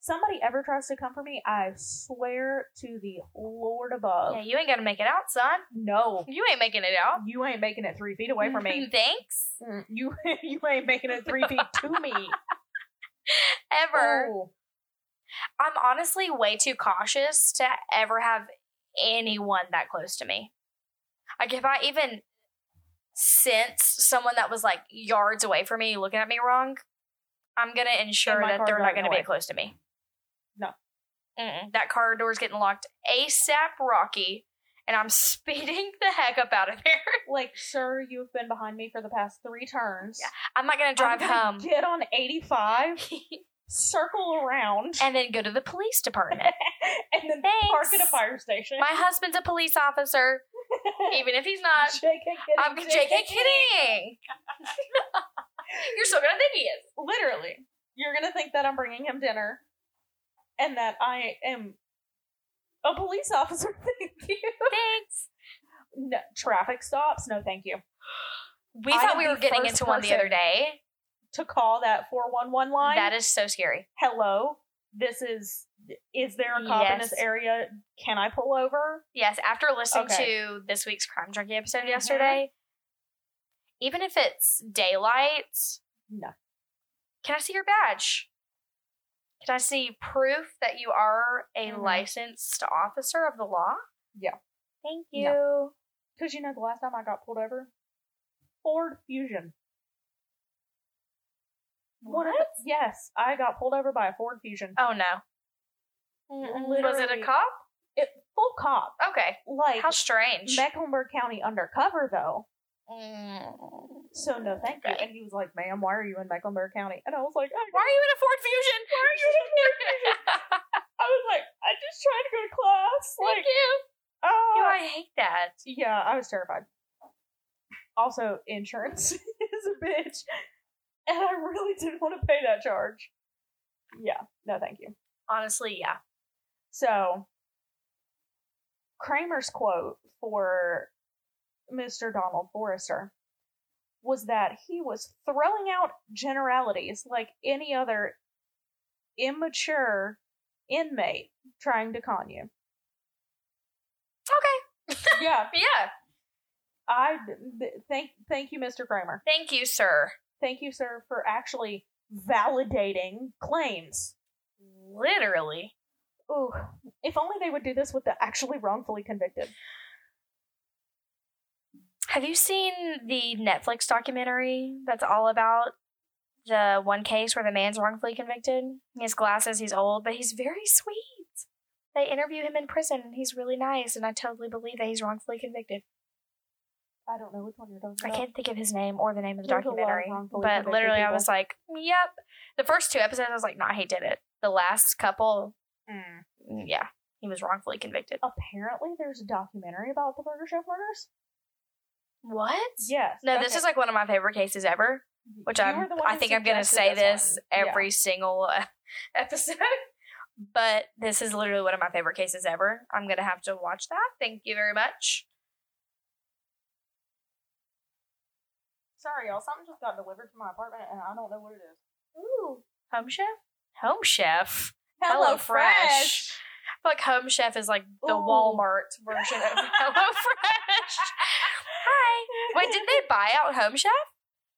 Speaker 2: Somebody ever tries to come for me, I swear to the Lord above.
Speaker 3: Yeah, you ain't gonna make it out, son.
Speaker 2: No.
Speaker 3: You ain't making it out.
Speaker 2: You ain't making it three feet away from
Speaker 3: [LAUGHS]
Speaker 2: me.
Speaker 3: Thanks.
Speaker 2: Mm, you [LAUGHS] you ain't making it three feet to me.
Speaker 3: Ever.
Speaker 2: Oh,
Speaker 3: I'm honestly way too cautious to ever have anyone that close to me. Like if I even sensed someone that was like yards away from me looking at me wrong, I'm gonna ensure
Speaker 2: my
Speaker 3: that
Speaker 2: car
Speaker 3: they're not
Speaker 2: driving
Speaker 3: gonna
Speaker 2: away.
Speaker 3: be close to me.
Speaker 2: No.
Speaker 3: Mm-mm. That car door's getting locked ASAP, Rocky, and I'm [LAUGHS] speeding the heck up out of here.
Speaker 2: like, sir, you've been behind me for the past three turns.
Speaker 3: Yeah, I'm not gonna drive
Speaker 2: I'm gonna
Speaker 3: home
Speaker 2: Get on eighty
Speaker 3: [LAUGHS]
Speaker 2: five, circle around,
Speaker 3: and then go to the police department.
Speaker 2: [LAUGHS] and then
Speaker 3: Thanks.
Speaker 2: [LAUGHS] park at a fire station. [LAUGHS]
Speaker 3: My husband's a police officer, even if he's not.
Speaker 2: JK kidding.
Speaker 3: I'm
Speaker 2: [LAUGHS]
Speaker 3: JK kidding. You're still gonna think he is.
Speaker 2: Literally, you're gonna think that I'm bringing him dinner, and that I am a police officer. [LAUGHS] Thank you.
Speaker 3: Thanks.
Speaker 2: No, traffic stops. No, thank you.
Speaker 3: We
Speaker 2: I
Speaker 3: thought
Speaker 2: am
Speaker 3: we
Speaker 2: the
Speaker 3: were getting
Speaker 2: first
Speaker 3: into one the
Speaker 2: person.
Speaker 3: other day.
Speaker 2: To call that four one one line.
Speaker 3: That is so scary.
Speaker 2: hello this is is there a cop in this
Speaker 3: Yes.
Speaker 2: area can i pull over
Speaker 3: Yes, after listening
Speaker 2: Okay.
Speaker 3: to this week's Crime Junkie episode
Speaker 2: Mhm.
Speaker 3: yesterday, even if it's daylight,
Speaker 2: no
Speaker 3: can I see your badge? Can I see proof that you are a
Speaker 2: Mhm.
Speaker 3: licensed officer of the law?
Speaker 2: Yeah.
Speaker 3: Thank you.
Speaker 2: Yeah. because you know the last time i got pulled over ford fusion One of the- yes i got pulled over by a ford fusion
Speaker 3: Oh no. Was it
Speaker 2: Literally.
Speaker 3: a cop?
Speaker 2: full cop
Speaker 3: Okay.
Speaker 2: like
Speaker 3: How strange.
Speaker 2: mecklenburg county undercover though
Speaker 3: Mm.
Speaker 2: so no thank you
Speaker 3: Okay.
Speaker 2: and he was like ma'am why are you in mecklenburg county and i was like i,
Speaker 3: Why are you in a Ford Fusion? [LAUGHS] Why are you in a Ford Fusion?
Speaker 2: I was like i just tried to go to class like
Speaker 3: [LAUGHS] Thank you. Ew,
Speaker 2: oh
Speaker 3: I hate that.
Speaker 2: yeah i was terrified also insurance [LAUGHS] is a bitch and i really didn't want to pay that charge yeah no thank you
Speaker 3: Honestly, yeah.
Speaker 2: so kramer's quote for mr donald forrester was that he was throwing out generalities like any other immature inmate trying to con
Speaker 3: [LAUGHS]
Speaker 2: you
Speaker 3: Okay.
Speaker 2: yeah
Speaker 3: Yeah.
Speaker 2: i th- thank thank you mr kramer
Speaker 3: Thank you, sir.
Speaker 2: thank you, sir, for actually validating claims.
Speaker 3: Literally.
Speaker 2: Ooh, if only they would do this with the actually wrongfully convicted.
Speaker 3: Have you seen the Netflix documentary that's all about the one case where the man's wrongfully convicted? He has glasses, he's old, but he's very sweet. They interview him in prison and he's really nice, and I totally believe that he's wrongfully convicted.
Speaker 2: I don't know which one you're talking
Speaker 3: I
Speaker 2: about.
Speaker 3: can't think of his name or the name of the
Speaker 2: There's a lot of
Speaker 3: documentary.
Speaker 2: wrongfully
Speaker 3: But
Speaker 2: convicted
Speaker 3: literally, I
Speaker 2: people.
Speaker 3: was like, yep. The first two episodes, I was like, nah, he did it. The last couple,
Speaker 2: Mm.
Speaker 3: yeah, he was wrongfully convicted.
Speaker 2: Apparently, there's a documentary about the Burger Chef murders.
Speaker 3: What?
Speaker 2: Yes.
Speaker 3: No, this
Speaker 2: okay.
Speaker 3: is like one of my favorite cases ever. which
Speaker 2: You
Speaker 3: I'm,
Speaker 2: were the one
Speaker 3: I
Speaker 2: who
Speaker 3: think I'm going to say
Speaker 2: suggested
Speaker 3: this
Speaker 2: one. Yeah.
Speaker 3: every single uh, [LAUGHS] episode. But this is literally one of my favorite cases ever. I'm going to have to watch that. Thank you very much.
Speaker 2: Sorry, y'all. Something just got delivered to my apartment, and I don't know what it is.
Speaker 3: Ooh, Home Chef? Home Chef.
Speaker 2: Hello,
Speaker 3: Hello Fresh.
Speaker 2: Fresh.
Speaker 3: I feel like Home Chef is like the
Speaker 2: Ooh.
Speaker 3: Walmart version
Speaker 2: [LAUGHS]
Speaker 3: of Hello Fresh. Hi. Wait, did they buy out Home Chef?
Speaker 2: [LAUGHS]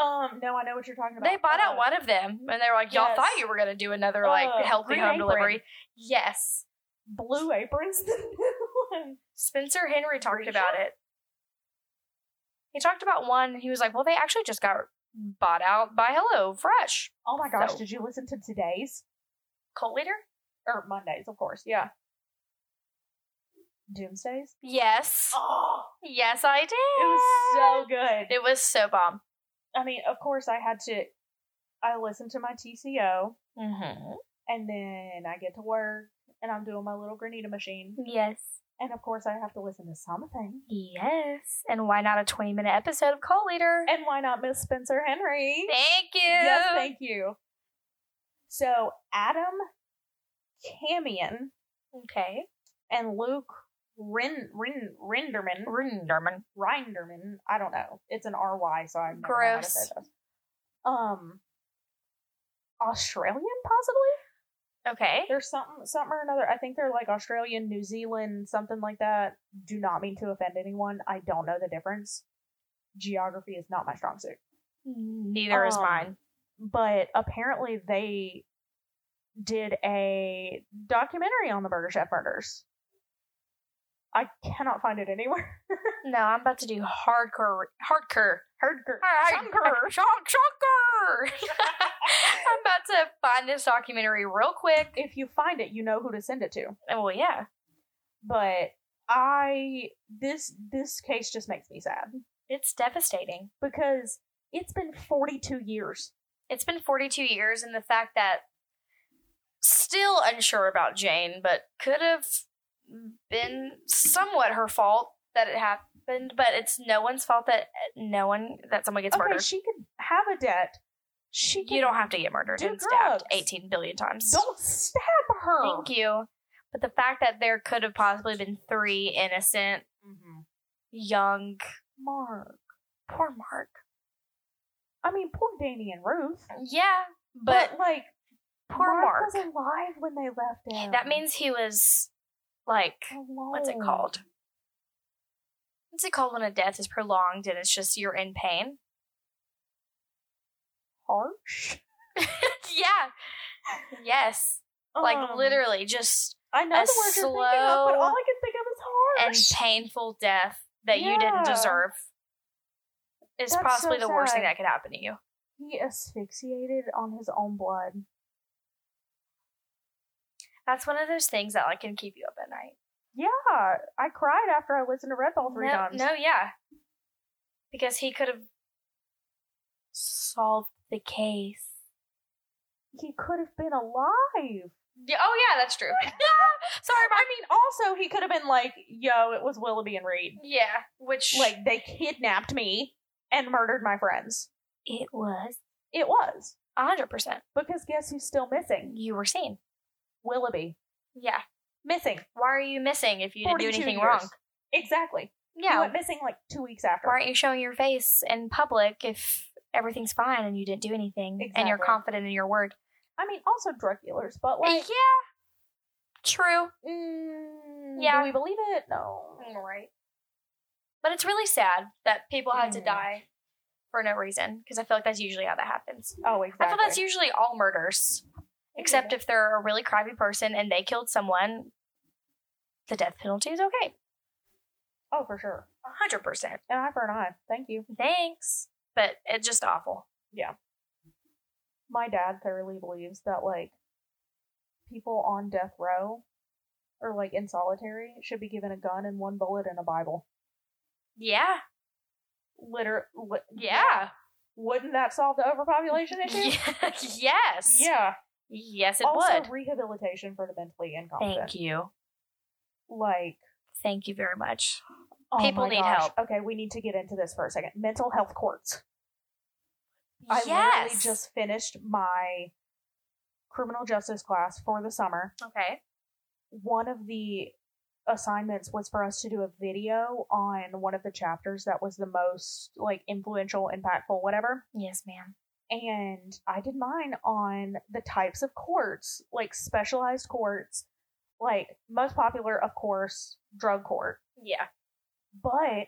Speaker 2: Um, no, I know what you're talking about.
Speaker 3: They bought
Speaker 2: Uh,
Speaker 3: out one of them, and they were like, "Y'all
Speaker 2: Yes.
Speaker 3: thought you were gonna do another like
Speaker 2: Uh,
Speaker 3: healthy
Speaker 2: Green
Speaker 3: home
Speaker 2: Apron.
Speaker 3: delivery." Yes,
Speaker 2: Blue Apron's [LAUGHS] the new one.
Speaker 3: Spencer Henry talked
Speaker 2: Risha?
Speaker 3: about it. He talked about one, and he was like, "Well, they actually just got bought out by Hello Fresh,
Speaker 2: Oh my gosh,
Speaker 3: So-
Speaker 2: did you listen to today's?
Speaker 3: cult leader."
Speaker 2: Or Mondays, of course, yeah.
Speaker 3: [GASPS]
Speaker 2: Doomsdays?
Speaker 3: Yes,
Speaker 2: Oh,
Speaker 3: yes, I did.
Speaker 2: it was so good.
Speaker 3: It was so bomb.
Speaker 2: I mean, of course, I had to. I listened to my TCO,
Speaker 3: Mm-hmm.
Speaker 2: and then I get to work, and I'm doing my little granita machine.
Speaker 3: Yes,
Speaker 2: And of course, I have to listen to something.
Speaker 3: yes. And why not a twenty-minute episode of Cult Leader?
Speaker 2: And why not Miss Spencer Henry?
Speaker 3: Thank you.
Speaker 2: Yes, thank you. So, Adam Camion
Speaker 3: okay,
Speaker 2: and Luke Rin, Rin, Rinderman.
Speaker 3: Rinderman.
Speaker 2: Rinderman. I don't know. It's an R Y, so I'm
Speaker 3: Gross.
Speaker 2: Um, Australian possibly.
Speaker 3: Okay,
Speaker 2: There's something, something or another. I think they're like Australian, New Zealand, something like that. Do not mean to offend anyone. I don't know the difference. Geography is not my strong suit.
Speaker 3: neither is
Speaker 2: Um,
Speaker 3: mine.
Speaker 2: But apparently they did a documentary on the Burger Chef murders. I cannot find it anywhere. [LAUGHS]
Speaker 3: No, I'm about to do hardcore, hardcore,
Speaker 2: Herdger.
Speaker 3: hardcore, shock, shocker. [LAUGHS] I'm about to find this documentary real quick.
Speaker 2: If you find it, you know who to send it to.
Speaker 3: Well, yeah,
Speaker 2: but I this this case just makes me sad
Speaker 3: it's devastating.
Speaker 2: because it's been 42 years.
Speaker 3: It's been 42 years, and the fact that still unsure about Jane, but could have been somewhat her fault that it happened. But it's no one's fault that no one that someone gets
Speaker 2: okay,
Speaker 3: murdered.
Speaker 2: she could have a debt. She can,
Speaker 3: you don't have to get murdered
Speaker 2: do
Speaker 3: and stabbed
Speaker 2: drugs.
Speaker 3: 18 billion times.
Speaker 2: don't stab her.
Speaker 3: Thank you. But the fact that there could have possibly been three innocent, young,
Speaker 2: Mark.
Speaker 3: poor Mark.
Speaker 2: I mean, poor Danny and Ruth.
Speaker 3: Yeah, but,
Speaker 2: like,
Speaker 3: poor Mark.
Speaker 2: was alive when they left him.
Speaker 3: That means he was like, what's it
Speaker 2: Alone.
Speaker 3: called? What's it called when a death is prolonged and it's just you're in pain? [LAUGHS]
Speaker 2: Harsh.
Speaker 3: yeah. Yes. like
Speaker 2: Um,
Speaker 3: literally just
Speaker 2: I know
Speaker 3: a
Speaker 2: the word you're thinking of, but
Speaker 3: slow
Speaker 2: all I can think of is
Speaker 3: an
Speaker 2: harsh.
Speaker 3: painful death that you didn't
Speaker 2: Yeah.
Speaker 3: deserve is
Speaker 2: That's so
Speaker 3: possibly the worst thing
Speaker 2: sad.
Speaker 3: that could happen to you.
Speaker 2: he asphyxiated on his own blood.
Speaker 3: That's one of those things that like can keep you up at night.
Speaker 2: Yeah, I cried after I listened to Red Ball three
Speaker 3: no,
Speaker 2: times.
Speaker 3: No, yeah. Because he could have solved the case.
Speaker 2: He could have been alive.
Speaker 3: Yeah, oh, yeah, that's true. Sorry,
Speaker 2: I mean, also he could have been like, "Yo, it was Willoughby and Reed.
Speaker 3: Yeah, which
Speaker 2: Like they kidnapped me and murdered my friends."
Speaker 3: it was
Speaker 2: It was
Speaker 3: hundred percent.
Speaker 2: because guess who's still missing?
Speaker 3: You were seen.
Speaker 2: Willoughby
Speaker 3: Yeah.
Speaker 2: missing.
Speaker 3: Why are you missing if you didn't do
Speaker 2: 42
Speaker 3: anything
Speaker 2: years.
Speaker 3: wrong?
Speaker 2: Exactly. He
Speaker 3: Yeah.
Speaker 2: went missing like two weeks after.
Speaker 3: Why aren't you showing your face in public if everything's fine and you didn't do anything and you're
Speaker 2: Exactly.
Speaker 3: confident in your word?
Speaker 2: I mean, also drug dealers, but like,
Speaker 3: yeah. True.
Speaker 2: mm,
Speaker 3: Yeah. Mm.
Speaker 2: do we believe it? No.
Speaker 3: Right. But it's really sad that people had to
Speaker 2: Mhm.
Speaker 3: die for no reason because I feel like that's usually how that happens.
Speaker 2: Oh, exactly.
Speaker 3: I feel that's usually all murders, except if they're a really crappy person and they killed someone, the death penalty is okay.
Speaker 2: Oh, for sure.
Speaker 3: 100%.
Speaker 2: An eye for an eye. Thank you.
Speaker 3: Thanks. But it's just awful.
Speaker 2: my dad thoroughly believes that like people on death row or like in solitary should be given a gun and one bullet and a bible
Speaker 3: Yeah.
Speaker 2: liter li-
Speaker 3: Yeah.
Speaker 2: wouldn't that solve the overpopulation issue
Speaker 3: [LAUGHS] yes.
Speaker 2: yeah
Speaker 3: Yes, it
Speaker 2: also
Speaker 3: would.
Speaker 2: rehabilitation for the mentally incompetent
Speaker 3: Thank you.
Speaker 2: like
Speaker 3: Thank you very much.
Speaker 2: oh
Speaker 3: People
Speaker 2: my
Speaker 3: need
Speaker 2: gosh.
Speaker 3: help.
Speaker 2: okay we need to get into this for a second mental health courts I
Speaker 3: yes.
Speaker 2: literally just finished my criminal justice class for the summer.
Speaker 3: okay.
Speaker 2: One of the assignments was for us to do a video on one of the chapters that was the most like influential, impactful, whatever.
Speaker 3: Yes, ma'am.
Speaker 2: And I did mine on the types of courts, like specialized courts, like most popular, of course, drug court.
Speaker 3: Yeah.
Speaker 2: But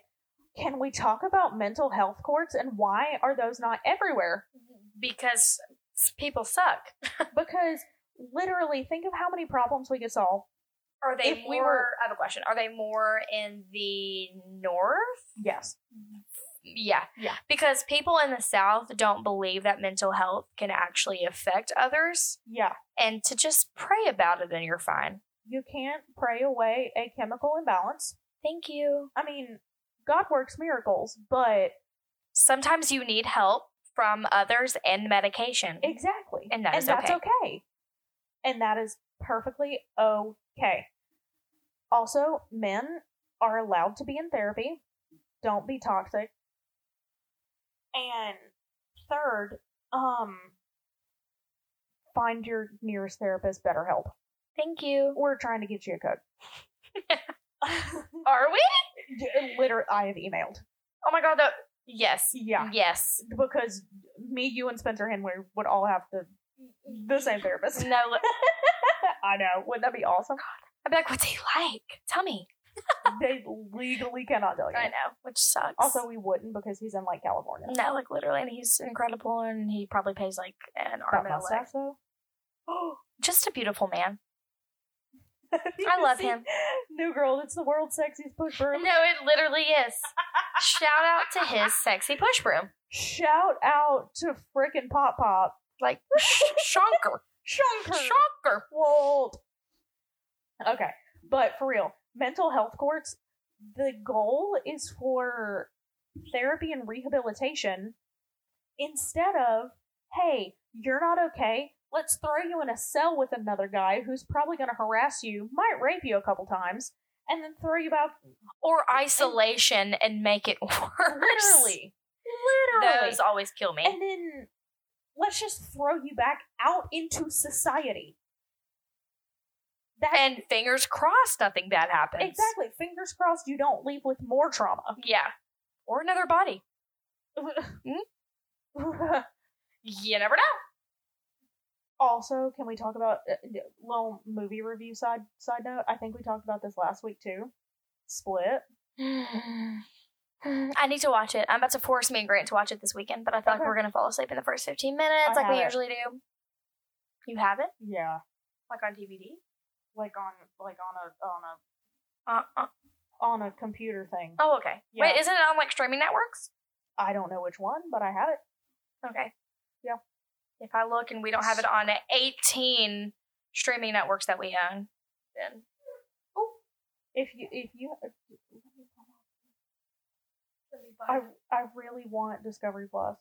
Speaker 2: can we talk about mental health courts and why are those not everywhere?
Speaker 3: Because s- people suck.
Speaker 2: Because literally, think of how many problems we could solve.
Speaker 3: Are they
Speaker 2: If
Speaker 3: more?
Speaker 2: we were-
Speaker 3: I have a question. Are they more in the north?
Speaker 2: Yes.
Speaker 3: Yeah.
Speaker 2: Yeah.
Speaker 3: Because people in the South don't believe that mental health can actually affect others.
Speaker 2: Yeah.
Speaker 3: And to just pray about it and you're fine.
Speaker 2: You can't pray away a chemical imbalance.
Speaker 3: Thank you.
Speaker 2: I mean, God works miracles, but
Speaker 3: Sometimes you need help from others and medication.
Speaker 2: exactly.
Speaker 3: And that is
Speaker 2: that's
Speaker 3: okay.
Speaker 2: okay. And that is perfectly okay. Also, men are allowed to be in therapy. Don't be toxic. And third, um find your nearest therapist BetterHelp.
Speaker 3: Thank you.
Speaker 2: We're trying to get you a
Speaker 3: [LAUGHS]
Speaker 2: code.
Speaker 3: Are we?
Speaker 2: [LAUGHS] Literally, I have emailed.
Speaker 3: Oh my god, that yes.
Speaker 2: Yeah,
Speaker 3: Yes.
Speaker 2: because me, you, and Spencer Henry would all have the the same therapist. [LAUGHS]
Speaker 3: No, look-
Speaker 2: I know. Wouldn't that be awesome?
Speaker 3: [LAUGHS] I'd be like, what's he like? Tell me.
Speaker 2: they legally cannot tell you.
Speaker 3: I know, which sucks.
Speaker 2: Also, we wouldn't because he's in like California.
Speaker 3: no, like literally, and he's incredible, and he probably pays like an
Speaker 2: That
Speaker 3: arm and a leg.
Speaker 2: mustache though.
Speaker 3: [GASPS] Just a beautiful man.
Speaker 2: [LAUGHS] You
Speaker 3: I love
Speaker 2: see
Speaker 3: him.
Speaker 2: New girl, it's the world's sexiest push broom.
Speaker 3: No, it literally is. Shout out to [LAUGHS] his sexy push broom,
Speaker 2: Shout out to frickin' Pop Pop.
Speaker 3: [LAUGHS] like sh- shonker,
Speaker 2: Shunker.
Speaker 3: shonker.
Speaker 2: Walt. Okay, but for real, mental health courts. The goal is for therapy and rehabilitation instead of hey, you're not okay. Let's throw you in a cell with another guy who's probably going to harass you, might rape you a couple times, and then throw you back
Speaker 3: Or isolation and make it [LAUGHS] worse.
Speaker 2: literally, literally,
Speaker 3: Those always kill me.
Speaker 2: and then let's just throw you back out into society. That
Speaker 3: And fingers crossed, nothing bad happens.
Speaker 2: Exactly. Fingers crossed you don't leave with more trauma.
Speaker 3: Yeah. Or another body. You never know.
Speaker 2: [LAUGHS] also, can we talk about uh, d- little movie review side side note? I think we talked about this last week too. Split.
Speaker 3: [SIGHS] I need to watch it. I'm about to force me and Grant to watch it this weekend, but I feel like
Speaker 2: Okay.
Speaker 3: we're gonna fall asleep in the first 15 minutes,
Speaker 2: I
Speaker 3: like we
Speaker 2: have it.
Speaker 3: usually do. You have it,
Speaker 2: Yeah,
Speaker 3: like on DVD.
Speaker 2: like on like on
Speaker 3: Uh, uh,
Speaker 2: a on a on a computer thing.
Speaker 3: oh, okay.
Speaker 2: Yeah.
Speaker 3: Wait, isn't it on like streaming networks?
Speaker 2: I don't know which one, but I have it.
Speaker 3: Okay.
Speaker 2: Yeah.
Speaker 3: If I look and we don't have it on 18 streaming networks that we own, then
Speaker 2: If you if you uh, I I really want Discovery Plus.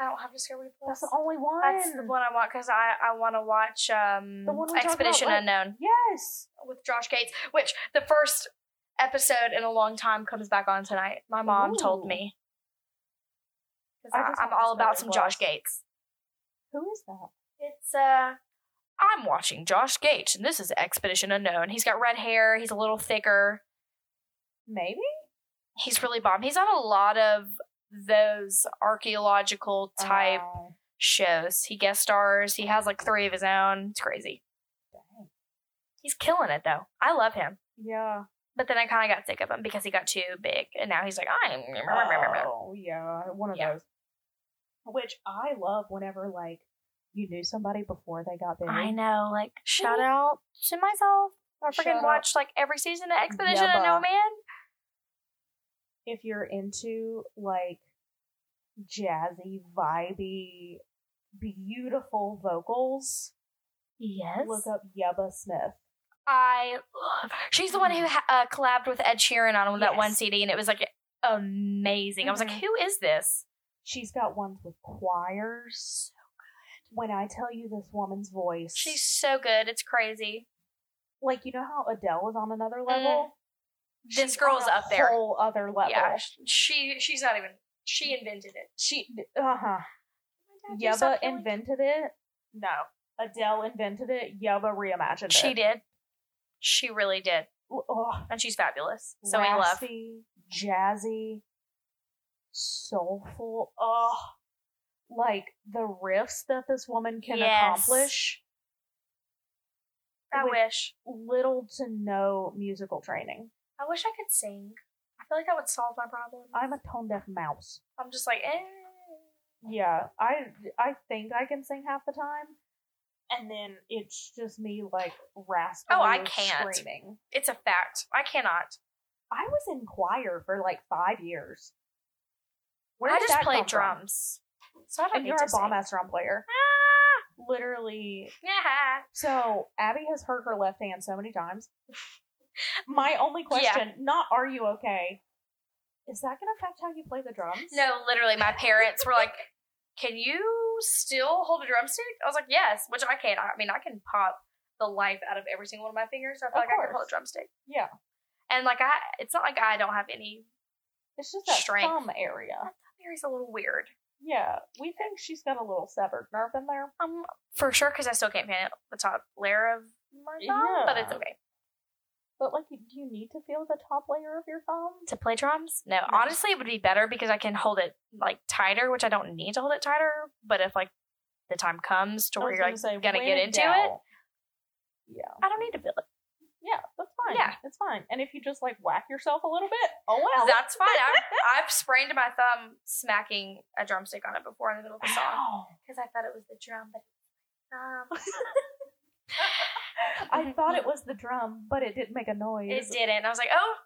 Speaker 3: I don't have Discovery
Speaker 2: That's
Speaker 3: Plus.
Speaker 2: the only one.
Speaker 3: That's the one I want because I I want to watch um
Speaker 2: The one we talked about
Speaker 3: Expedition
Speaker 2: last-
Speaker 3: Unknown.
Speaker 2: Yes.
Speaker 3: with Josh Gates, which the first episode in a long time comes back on tonight. My mom told
Speaker 2: Ooh.
Speaker 3: me. 'Cause
Speaker 2: I just
Speaker 3: I, am
Speaker 2: want
Speaker 3: all
Speaker 2: to
Speaker 3: about some
Speaker 2: start
Speaker 3: Josh
Speaker 2: with-
Speaker 3: Gates.
Speaker 2: Who is that?
Speaker 3: It's uh I'm watching Josh Gates and this is Expedition Unknown. He's got red hair, he's a little thicker,
Speaker 2: Maybe.
Speaker 3: he's really bomb. He's on a lot of those archaeological type
Speaker 2: Uh,
Speaker 3: shows. He guest stars, he has like three of his own. It's crazy.
Speaker 2: dang.
Speaker 3: He's killing it though. I love him.
Speaker 2: Yeah.
Speaker 3: But then I kind of got sick of him because he got too big, and now he's like, I'm.
Speaker 2: Oh [LAUGHS] yeah, one of
Speaker 3: Yeah.
Speaker 2: those. Which I love whenever like you knew somebody before they got big.
Speaker 3: I know. Like, shout out to myself. I
Speaker 2: Shout out.
Speaker 3: freaking watched like every season of Expedition
Speaker 2: Yeah,
Speaker 3: and No
Speaker 2: but-
Speaker 3: Man.
Speaker 2: If you're into like jazzy, vibey, beautiful vocals,
Speaker 3: Yes.
Speaker 2: look up Yeba Smith.
Speaker 3: I love. She's the one who ha- uh, collabed with Ed Sheeran on that
Speaker 2: Mm. Yes.
Speaker 3: one CD, and it was like amazing. I was like,
Speaker 2: Mhm.
Speaker 3: who is this?
Speaker 2: She's got ones with choirs. When I tell you this woman's voice,
Speaker 3: She's so good. It's crazy.
Speaker 2: like you know how Adele is on another level.
Speaker 3: Mm-hmm. This
Speaker 2: She's
Speaker 3: girl's
Speaker 2: on a
Speaker 3: up there.
Speaker 2: whole other level.
Speaker 3: Yeah. She she's not even. She invented it.
Speaker 2: She, uh huh.
Speaker 3: do
Speaker 2: Yubba
Speaker 3: something like-
Speaker 2: invented it. No, Adele invented it. Yubba reimagined
Speaker 3: She
Speaker 2: it.
Speaker 3: did. She really did.
Speaker 2: Ugh,
Speaker 3: And she's fabulous. So we love.
Speaker 2: raspy, jazzy, soulful. Oh, like the riffs that this woman can
Speaker 3: Yes.
Speaker 2: accomplish.
Speaker 3: I
Speaker 2: with
Speaker 3: wish.
Speaker 2: Little to no musical training.
Speaker 3: I wish I could sing. I feel like that would solve my problem.
Speaker 2: I'm a tone deaf mouse.
Speaker 3: I'm just like, eh.
Speaker 2: Yeah, I I think I can sing half the time, and then it's just me like rasping.
Speaker 3: Oh, I can't.
Speaker 2: Screaming.
Speaker 3: It's a fact. I cannot.
Speaker 2: I was in choir for like five years. Where
Speaker 3: I
Speaker 2: did
Speaker 3: just
Speaker 2: that
Speaker 3: play
Speaker 2: come from?
Speaker 3: drums. So I don't
Speaker 2: And
Speaker 3: need
Speaker 2: you're
Speaker 3: to
Speaker 2: a bomb
Speaker 3: sing.
Speaker 2: ass drum player.
Speaker 3: Ah,
Speaker 2: Literally.
Speaker 3: yeah.
Speaker 2: So Abby has hurt her left hand so many times.
Speaker 3: [LAUGHS]
Speaker 2: My only question, not are you okay, is that gonna affect how you play the drums?
Speaker 3: No, literally, my parents were like, "Can you still hold a drumstick?" I was like, "Yes," which I can. I mean, I can pop the life out of every single one of my fingers. I feel
Speaker 2: Of
Speaker 3: like I can hold
Speaker 2: course.
Speaker 3: a drumstick.
Speaker 2: Yeah.
Speaker 3: And like I, it's not like I don't have any.
Speaker 2: It's just that
Speaker 3: Strength.
Speaker 2: thumb area.
Speaker 3: Mary's a little weird.
Speaker 2: Yeah. We think she's got a little severed nerve in there.
Speaker 3: Um, for sure, because I still can't pin it the top layer of my thumb, but it's
Speaker 2: Yeah.
Speaker 3: okay.
Speaker 2: But like, do you need to feel the top layer of your thumb?
Speaker 3: To play drums, no. Honestly, it would be better because I can hold it like tighter, which I don't need to hold it tighter. But if like the time comes to
Speaker 2: I
Speaker 3: where
Speaker 2: was
Speaker 3: you're like
Speaker 2: say,
Speaker 3: gonna
Speaker 2: when
Speaker 3: get
Speaker 2: in
Speaker 3: into it,
Speaker 2: doubt- Yeah,
Speaker 3: I don't need to feel it.
Speaker 2: yeah, that's fine.
Speaker 3: Yeah.
Speaker 2: it's fine. And if you just like whack yourself a little bit, oh well.
Speaker 3: That's
Speaker 2: [LAUGHS]
Speaker 3: fine. I've, I've sprained my thumb smacking a drumstick on it before in the middle of a song
Speaker 2: Ow.
Speaker 3: because I thought it was the drum, but um,
Speaker 2: [LAUGHS] I thought it was the drum, but it didn't make a noise.
Speaker 3: it didn't. I was like, oh,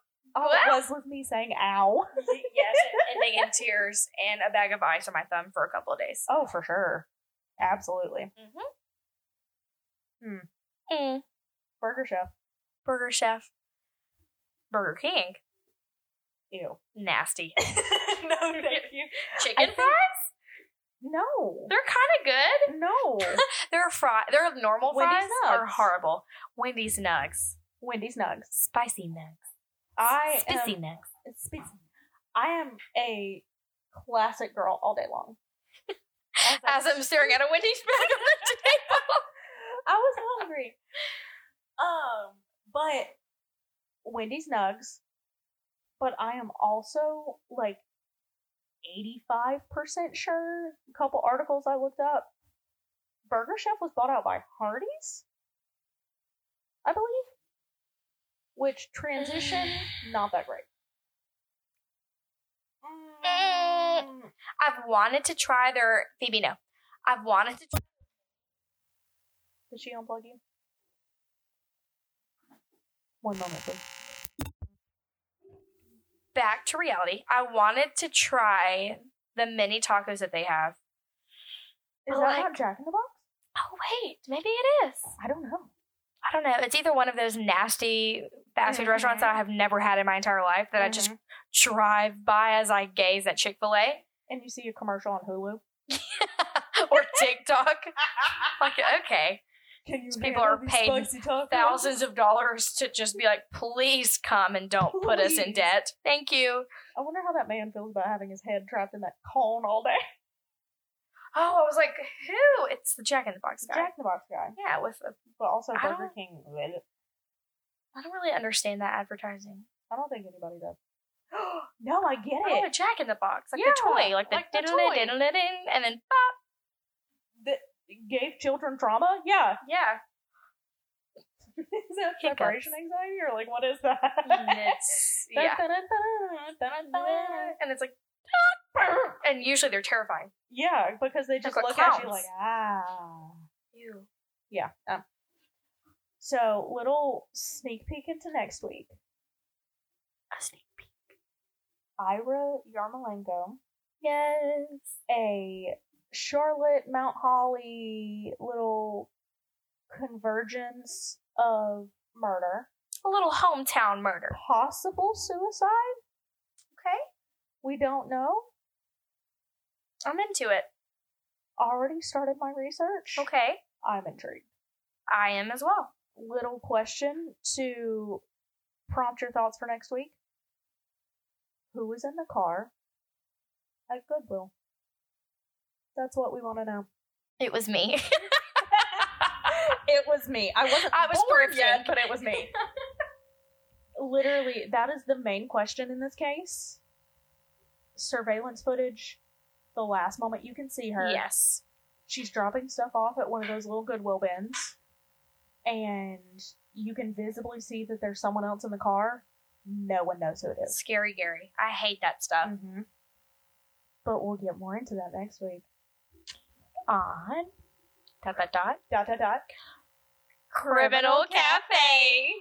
Speaker 2: All it
Speaker 3: Well.
Speaker 2: was was me saying "ow."
Speaker 3: yes, [LAUGHS] ending in tears and a bag of ice on my thumb for a couple of days.
Speaker 2: Oh, for sure, absolutely.
Speaker 3: Mm-hmm.
Speaker 2: Hmm.
Speaker 3: Mm.
Speaker 2: Burger Chef.
Speaker 3: Burger Chef, Burger King,
Speaker 2: Ew.
Speaker 3: nasty [LAUGHS]
Speaker 2: no, thank you. I
Speaker 3: chicken
Speaker 2: think-
Speaker 3: fries.
Speaker 2: No,
Speaker 3: They're kind of good. [LAUGHS]
Speaker 2: no.
Speaker 3: They're fry. They're normal
Speaker 2: Wendy's
Speaker 3: fries are
Speaker 2: Nugs.
Speaker 3: horrible. Wendy's nugs,
Speaker 2: Wendy's nugs.
Speaker 3: spicy nugs,
Speaker 2: I am
Speaker 3: spicy nugs.
Speaker 2: It's spicy. I am a classic girl all day long. I was
Speaker 3: [LAUGHS] As
Speaker 2: like,
Speaker 3: I'm staring at a Wendy's bag on the [LAUGHS] table.
Speaker 2: I was hungry. Um, but Wendy's nugs. But I am also like 85% sure. A couple articles I looked up. Burger Chef was bought out by Hardee's, I believe. Which transition,
Speaker 3: [SIGHS]
Speaker 2: not that great.
Speaker 3: Mm. I've wanted to try their Phoebe. No, I've wanted to.
Speaker 2: Did she unplug you? One moment, please.
Speaker 3: Back to reality. I wanted to try the mini tacos that they have.
Speaker 2: Is that
Speaker 3: I
Speaker 2: not
Speaker 3: like-
Speaker 2: Jack in the Box?
Speaker 3: Oh wait, maybe it is.
Speaker 2: I don't know.
Speaker 3: I don't know. It's either one of those nasty fast food restaurants that I have never had in my entire life that I just drive by as I gaze at Chick Fil A
Speaker 2: And you see a commercial on Hulu.
Speaker 3: [LAUGHS] or TikTok. like okay,
Speaker 2: Can you
Speaker 3: People handle are these paid spicy thousands of dollars to just be like, please come and don't put us in
Speaker 2: Please.
Speaker 3: debt. Thank you.
Speaker 2: I wonder how that man feels about having his head trapped in that cone all day.
Speaker 3: Oh, I was like, who? It's the Jack in the Box guy.
Speaker 2: Jack in the Box guy,
Speaker 3: Yeah, with a,
Speaker 2: but also
Speaker 3: I
Speaker 2: Burger
Speaker 3: don't-
Speaker 2: King. bleh.
Speaker 3: I don't really understand that advertising.
Speaker 2: I don't think anybody does. [GASPS] no, I get
Speaker 3: Oh,
Speaker 2: it.
Speaker 3: a Jack in the Box, like the
Speaker 2: Yeah,
Speaker 3: toy, like the
Speaker 2: like the
Speaker 3: diddle
Speaker 2: toy.
Speaker 3: diddle and then pop.
Speaker 2: Gave children trauma. Yeah, [LAUGHS]
Speaker 3: Yeah,
Speaker 2: is that
Speaker 3: Hiccups.
Speaker 2: separation anxiety or like what is that?
Speaker 3: and it's
Speaker 2: [LAUGHS]
Speaker 3: [LAUGHS] yeah, and it's like, and usually they're terrifying.
Speaker 2: Yeah, because they just
Speaker 3: like
Speaker 2: look at you
Speaker 3: clowns.
Speaker 2: like ah.
Speaker 3: Ew.
Speaker 2: Yeah. um. So little sneak peek into next week.
Speaker 3: A sneak peek.
Speaker 2: Ira Yarmolenko,
Speaker 3: Yes.
Speaker 2: a Charlotte Mount Holly little convergence of murder,
Speaker 3: A little hometown murder.
Speaker 2: possible suicide.
Speaker 3: Okay,
Speaker 2: We don't know.
Speaker 3: I'm into it.
Speaker 2: Already started my research.
Speaker 3: Okay,
Speaker 2: I'm intrigued.
Speaker 3: I am as well.
Speaker 2: Little question to prompt your thoughts for next week. Who was in the car at Goodwill? That's what we want to know.
Speaker 3: It was [LAUGHS] me.
Speaker 2: [LAUGHS] it was me. I wasn't.
Speaker 3: I was
Speaker 2: born yet,
Speaker 3: proofing.
Speaker 2: but it was [LAUGHS] me. Literally, that is the main question in this case. Surveillance footage. The last moment you can see her.
Speaker 3: yes.
Speaker 2: she's dropping stuff off at one of those little goodwill bins and you can visibly see that there's someone else in the car no one knows who it is
Speaker 3: Scary Gary. I hate that stuff.
Speaker 2: mm-hmm. but we'll get more into that next week on
Speaker 3: Dot dot dot.
Speaker 2: dot dot dot
Speaker 3: Criminal Cafe.